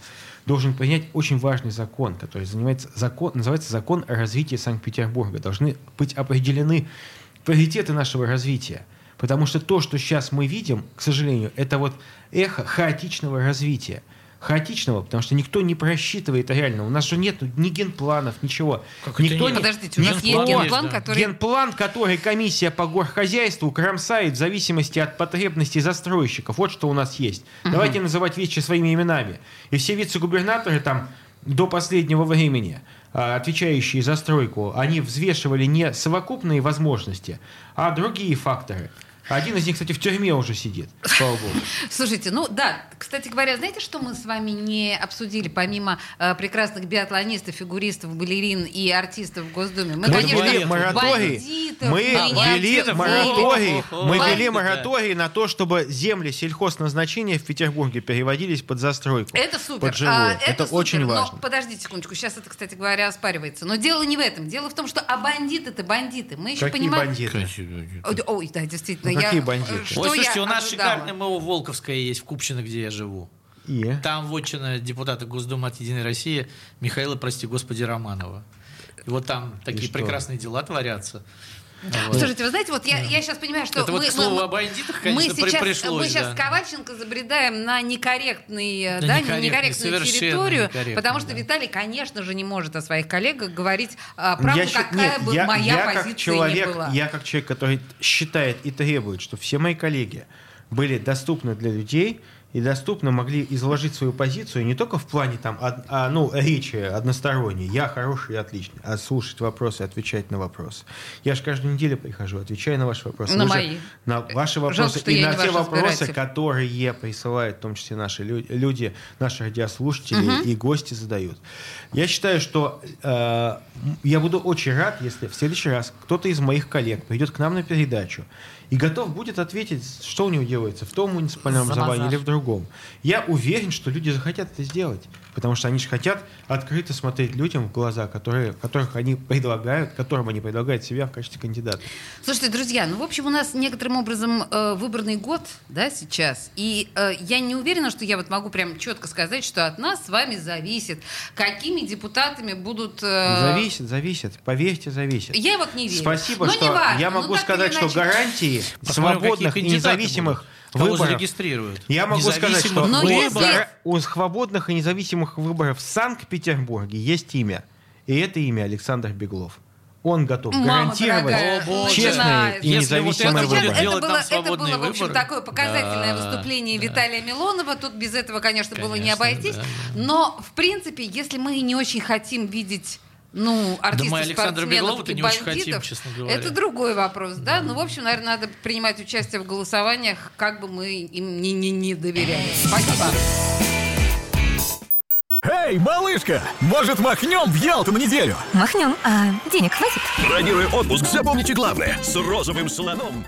Speaker 3: должен принять очень важный закон, который занимается закон, называется закон о развитии Санкт-Петербурга. Должны быть определены приоритеты нашего развития. Потому что то, что сейчас мы видим, к сожалению, это вот эхо хаотичного развития. Хаотичного, потому что никто не просчитывает реально. У нас же нет ни генпланов, ничего.
Speaker 4: Как это
Speaker 3: никто не-
Speaker 4: нет?
Speaker 2: Подождите, у нас
Speaker 4: Генплан
Speaker 2: есть
Speaker 4: есть,
Speaker 2: генплан,
Speaker 4: да.
Speaker 2: который...
Speaker 3: Генплан, который комиссия по горхозяйству кромсает в зависимости от потребностей застройщиков. Вот что у нас есть. Давайте называть вещи своими именами. И все вице-губернаторы там до последнего времени, а, отвечающие за стройку, они взвешивали не совокупные возможности, а другие факторы. Один из них, кстати, в тюрьме уже сидит, слава богу.
Speaker 2: Слушайте, ну да, кстати говоря, знаете, что мы с вами не обсудили, помимо э, прекрасных биатлонистов, фигуристов, балерин и артистов в Госдуме? Мы,
Speaker 3: Мы
Speaker 4: конечно,
Speaker 3: ввели
Speaker 4: бандитов,
Speaker 3: мораторий.
Speaker 2: Ну, бандитов,
Speaker 3: Мы
Speaker 2: меня
Speaker 3: ввели
Speaker 2: отсюда
Speaker 3: мораторий.
Speaker 4: вывели.
Speaker 3: Мы
Speaker 2: Бандиты.
Speaker 3: ввели мораторий на то, чтобы земли сельхозназначения в Петербурге переводились под застройку.
Speaker 2: Это супер.
Speaker 3: Под жилую.
Speaker 2: А,
Speaker 3: это
Speaker 2: супер.
Speaker 3: очень
Speaker 2: Но
Speaker 3: важно.
Speaker 2: подождите секундочку, сейчас это, кстати говоря, оспаривается. Но дело не в этом. Дело в том, что а бандиты-то бандиты. Мы еще
Speaker 3: Какие
Speaker 2: понимаем...
Speaker 3: бандиты?
Speaker 2: Ой, да, Ой, да, действительно.
Speaker 3: Ну,
Speaker 2: я-
Speaker 3: какие бандиты?
Speaker 2: что
Speaker 4: Ой, слушайте,
Speaker 2: я
Speaker 4: у нас
Speaker 2: ожидала?
Speaker 4: шикарное МО Волковское есть в Купчино, где я живу.
Speaker 3: И?
Speaker 4: Там вотчина депутата Госдумы от «Единой России» Михаила, прости господи, Романова. И вот там такие
Speaker 3: что?
Speaker 4: прекрасные дела творятся. Вот.
Speaker 2: Слушайте, вы знаете, вот я, я сейчас понимаю, что
Speaker 4: Это
Speaker 2: мы,
Speaker 4: вот к
Speaker 2: мы-
Speaker 4: слову
Speaker 2: мы-
Speaker 4: о бандитах, конечно,
Speaker 2: мы
Speaker 4: при-
Speaker 2: сейчас,
Speaker 4: пришлось.
Speaker 2: мы сейчас
Speaker 4: да.
Speaker 2: Ковальченко забредаем на некорректный, э,
Speaker 4: Да,
Speaker 2: да,
Speaker 4: некорректный,
Speaker 2: некорректную
Speaker 4: совершенно
Speaker 2: территорию,
Speaker 4: некорректный,
Speaker 2: потому что
Speaker 4: да.
Speaker 2: Виталий, конечно же, не может о своих коллегах говорить а, правду,
Speaker 3: Я щи-
Speaker 2: какая
Speaker 3: нет,
Speaker 2: бы
Speaker 3: я-
Speaker 2: моя
Speaker 3: я
Speaker 2: позиция
Speaker 3: как человек,
Speaker 2: не была.
Speaker 3: Я как человек, который считает и требует, что все мои коллеги были доступны для людей и доступно могли изложить свою позицию не только в плане там, од- а, ну, речи односторонней. Я хороший и отличный. А слушать вопросы, отвечать на вопросы. Я же каждую неделю прихожу, отвечаю на ваши вопросы.
Speaker 2: На
Speaker 3: Вы же-
Speaker 2: мои.
Speaker 3: На ваши
Speaker 2: Жалко,
Speaker 3: вопросы
Speaker 2: что
Speaker 3: и
Speaker 2: я
Speaker 3: на
Speaker 2: не
Speaker 3: те
Speaker 2: ваш
Speaker 3: вопросы,
Speaker 2: избиратель.
Speaker 3: которые присылают, в том числе наши лю- люди, наши радиослушатели и гости задают. Я считаю, что э, м, я буду очень рад, если в следующий раз кто-то из моих коллег придет к нам на передачу и готов будет ответить, что у него делается в том муниципальном
Speaker 2: За
Speaker 3: образовании
Speaker 2: базар.
Speaker 3: или в другом. Я уверен, что люди захотят это сделать, потому что они же хотят открыто смотреть людям в глаза, которые, которых они предлагают, которым они предлагают себя в качестве кандидата.
Speaker 2: Слушайте, друзья, ну, в общем, у нас некоторым образом э, выборный год, да, сейчас. И э, я не уверена, что я вот могу прям четко сказать, что от нас с вами зависит, какими депутатами будут... э,
Speaker 3: Зависит, зависит, поверьте, зависит.
Speaker 2: Я вот не верю.
Speaker 3: Спасибо,
Speaker 2: Но
Speaker 3: что
Speaker 2: неважно,
Speaker 3: я
Speaker 2: ну,
Speaker 3: могу
Speaker 2: так или
Speaker 3: сказать, что
Speaker 2: иначе-
Speaker 3: гарантии
Speaker 4: Посмотрим, какие
Speaker 3: свободных и
Speaker 4: кандидаты
Speaker 3: независимых
Speaker 4: будут, кого
Speaker 3: выборов.
Speaker 4: зарегистрируют.
Speaker 3: Я могу сказать, что
Speaker 4: Независимых
Speaker 2: Но
Speaker 3: у-
Speaker 2: если-
Speaker 3: гара- у свободных и независимых выборов в Санкт-Петербурге есть имя. И это имя Александр Беглов. Он готов
Speaker 2: Мама дорогая,
Speaker 3: гарантировать
Speaker 4: О,
Speaker 3: честные
Speaker 2: начинается.
Speaker 3: и
Speaker 4: Если вот
Speaker 3: независимые
Speaker 4: это
Speaker 2: Вот сейчас
Speaker 3: выборы.
Speaker 4: будет делать
Speaker 2: это
Speaker 4: там
Speaker 2: было, это
Speaker 4: свободные
Speaker 2: было, в общем,
Speaker 4: выборы.
Speaker 2: такое показательное
Speaker 4: Да,
Speaker 2: выступление
Speaker 4: да.
Speaker 2: Виталия Милонова. Тут без этого, конечно, было не
Speaker 4: Конечно,
Speaker 2: обойтись.
Speaker 4: да, да.
Speaker 2: Но, в принципе, если мы не очень хотим видеть ну, артистов,
Speaker 4: мы Александра
Speaker 2: спортсменов
Speaker 4: Беглова-то
Speaker 2: и
Speaker 4: не очень
Speaker 2: бандитов,
Speaker 4: хотим, честно говоря.
Speaker 2: это другой вопрос, да? Ну, в общем, наверное, надо принимать участие в голосованиях, как бы мы им не, не, не доверяли. Спасибо.
Speaker 5: Эй, малышка, может махнем в Ялту на неделю?
Speaker 6: Махнем, а денег хватит?
Speaker 5: Бронируя отпуск, запомните главное. С розовым слоном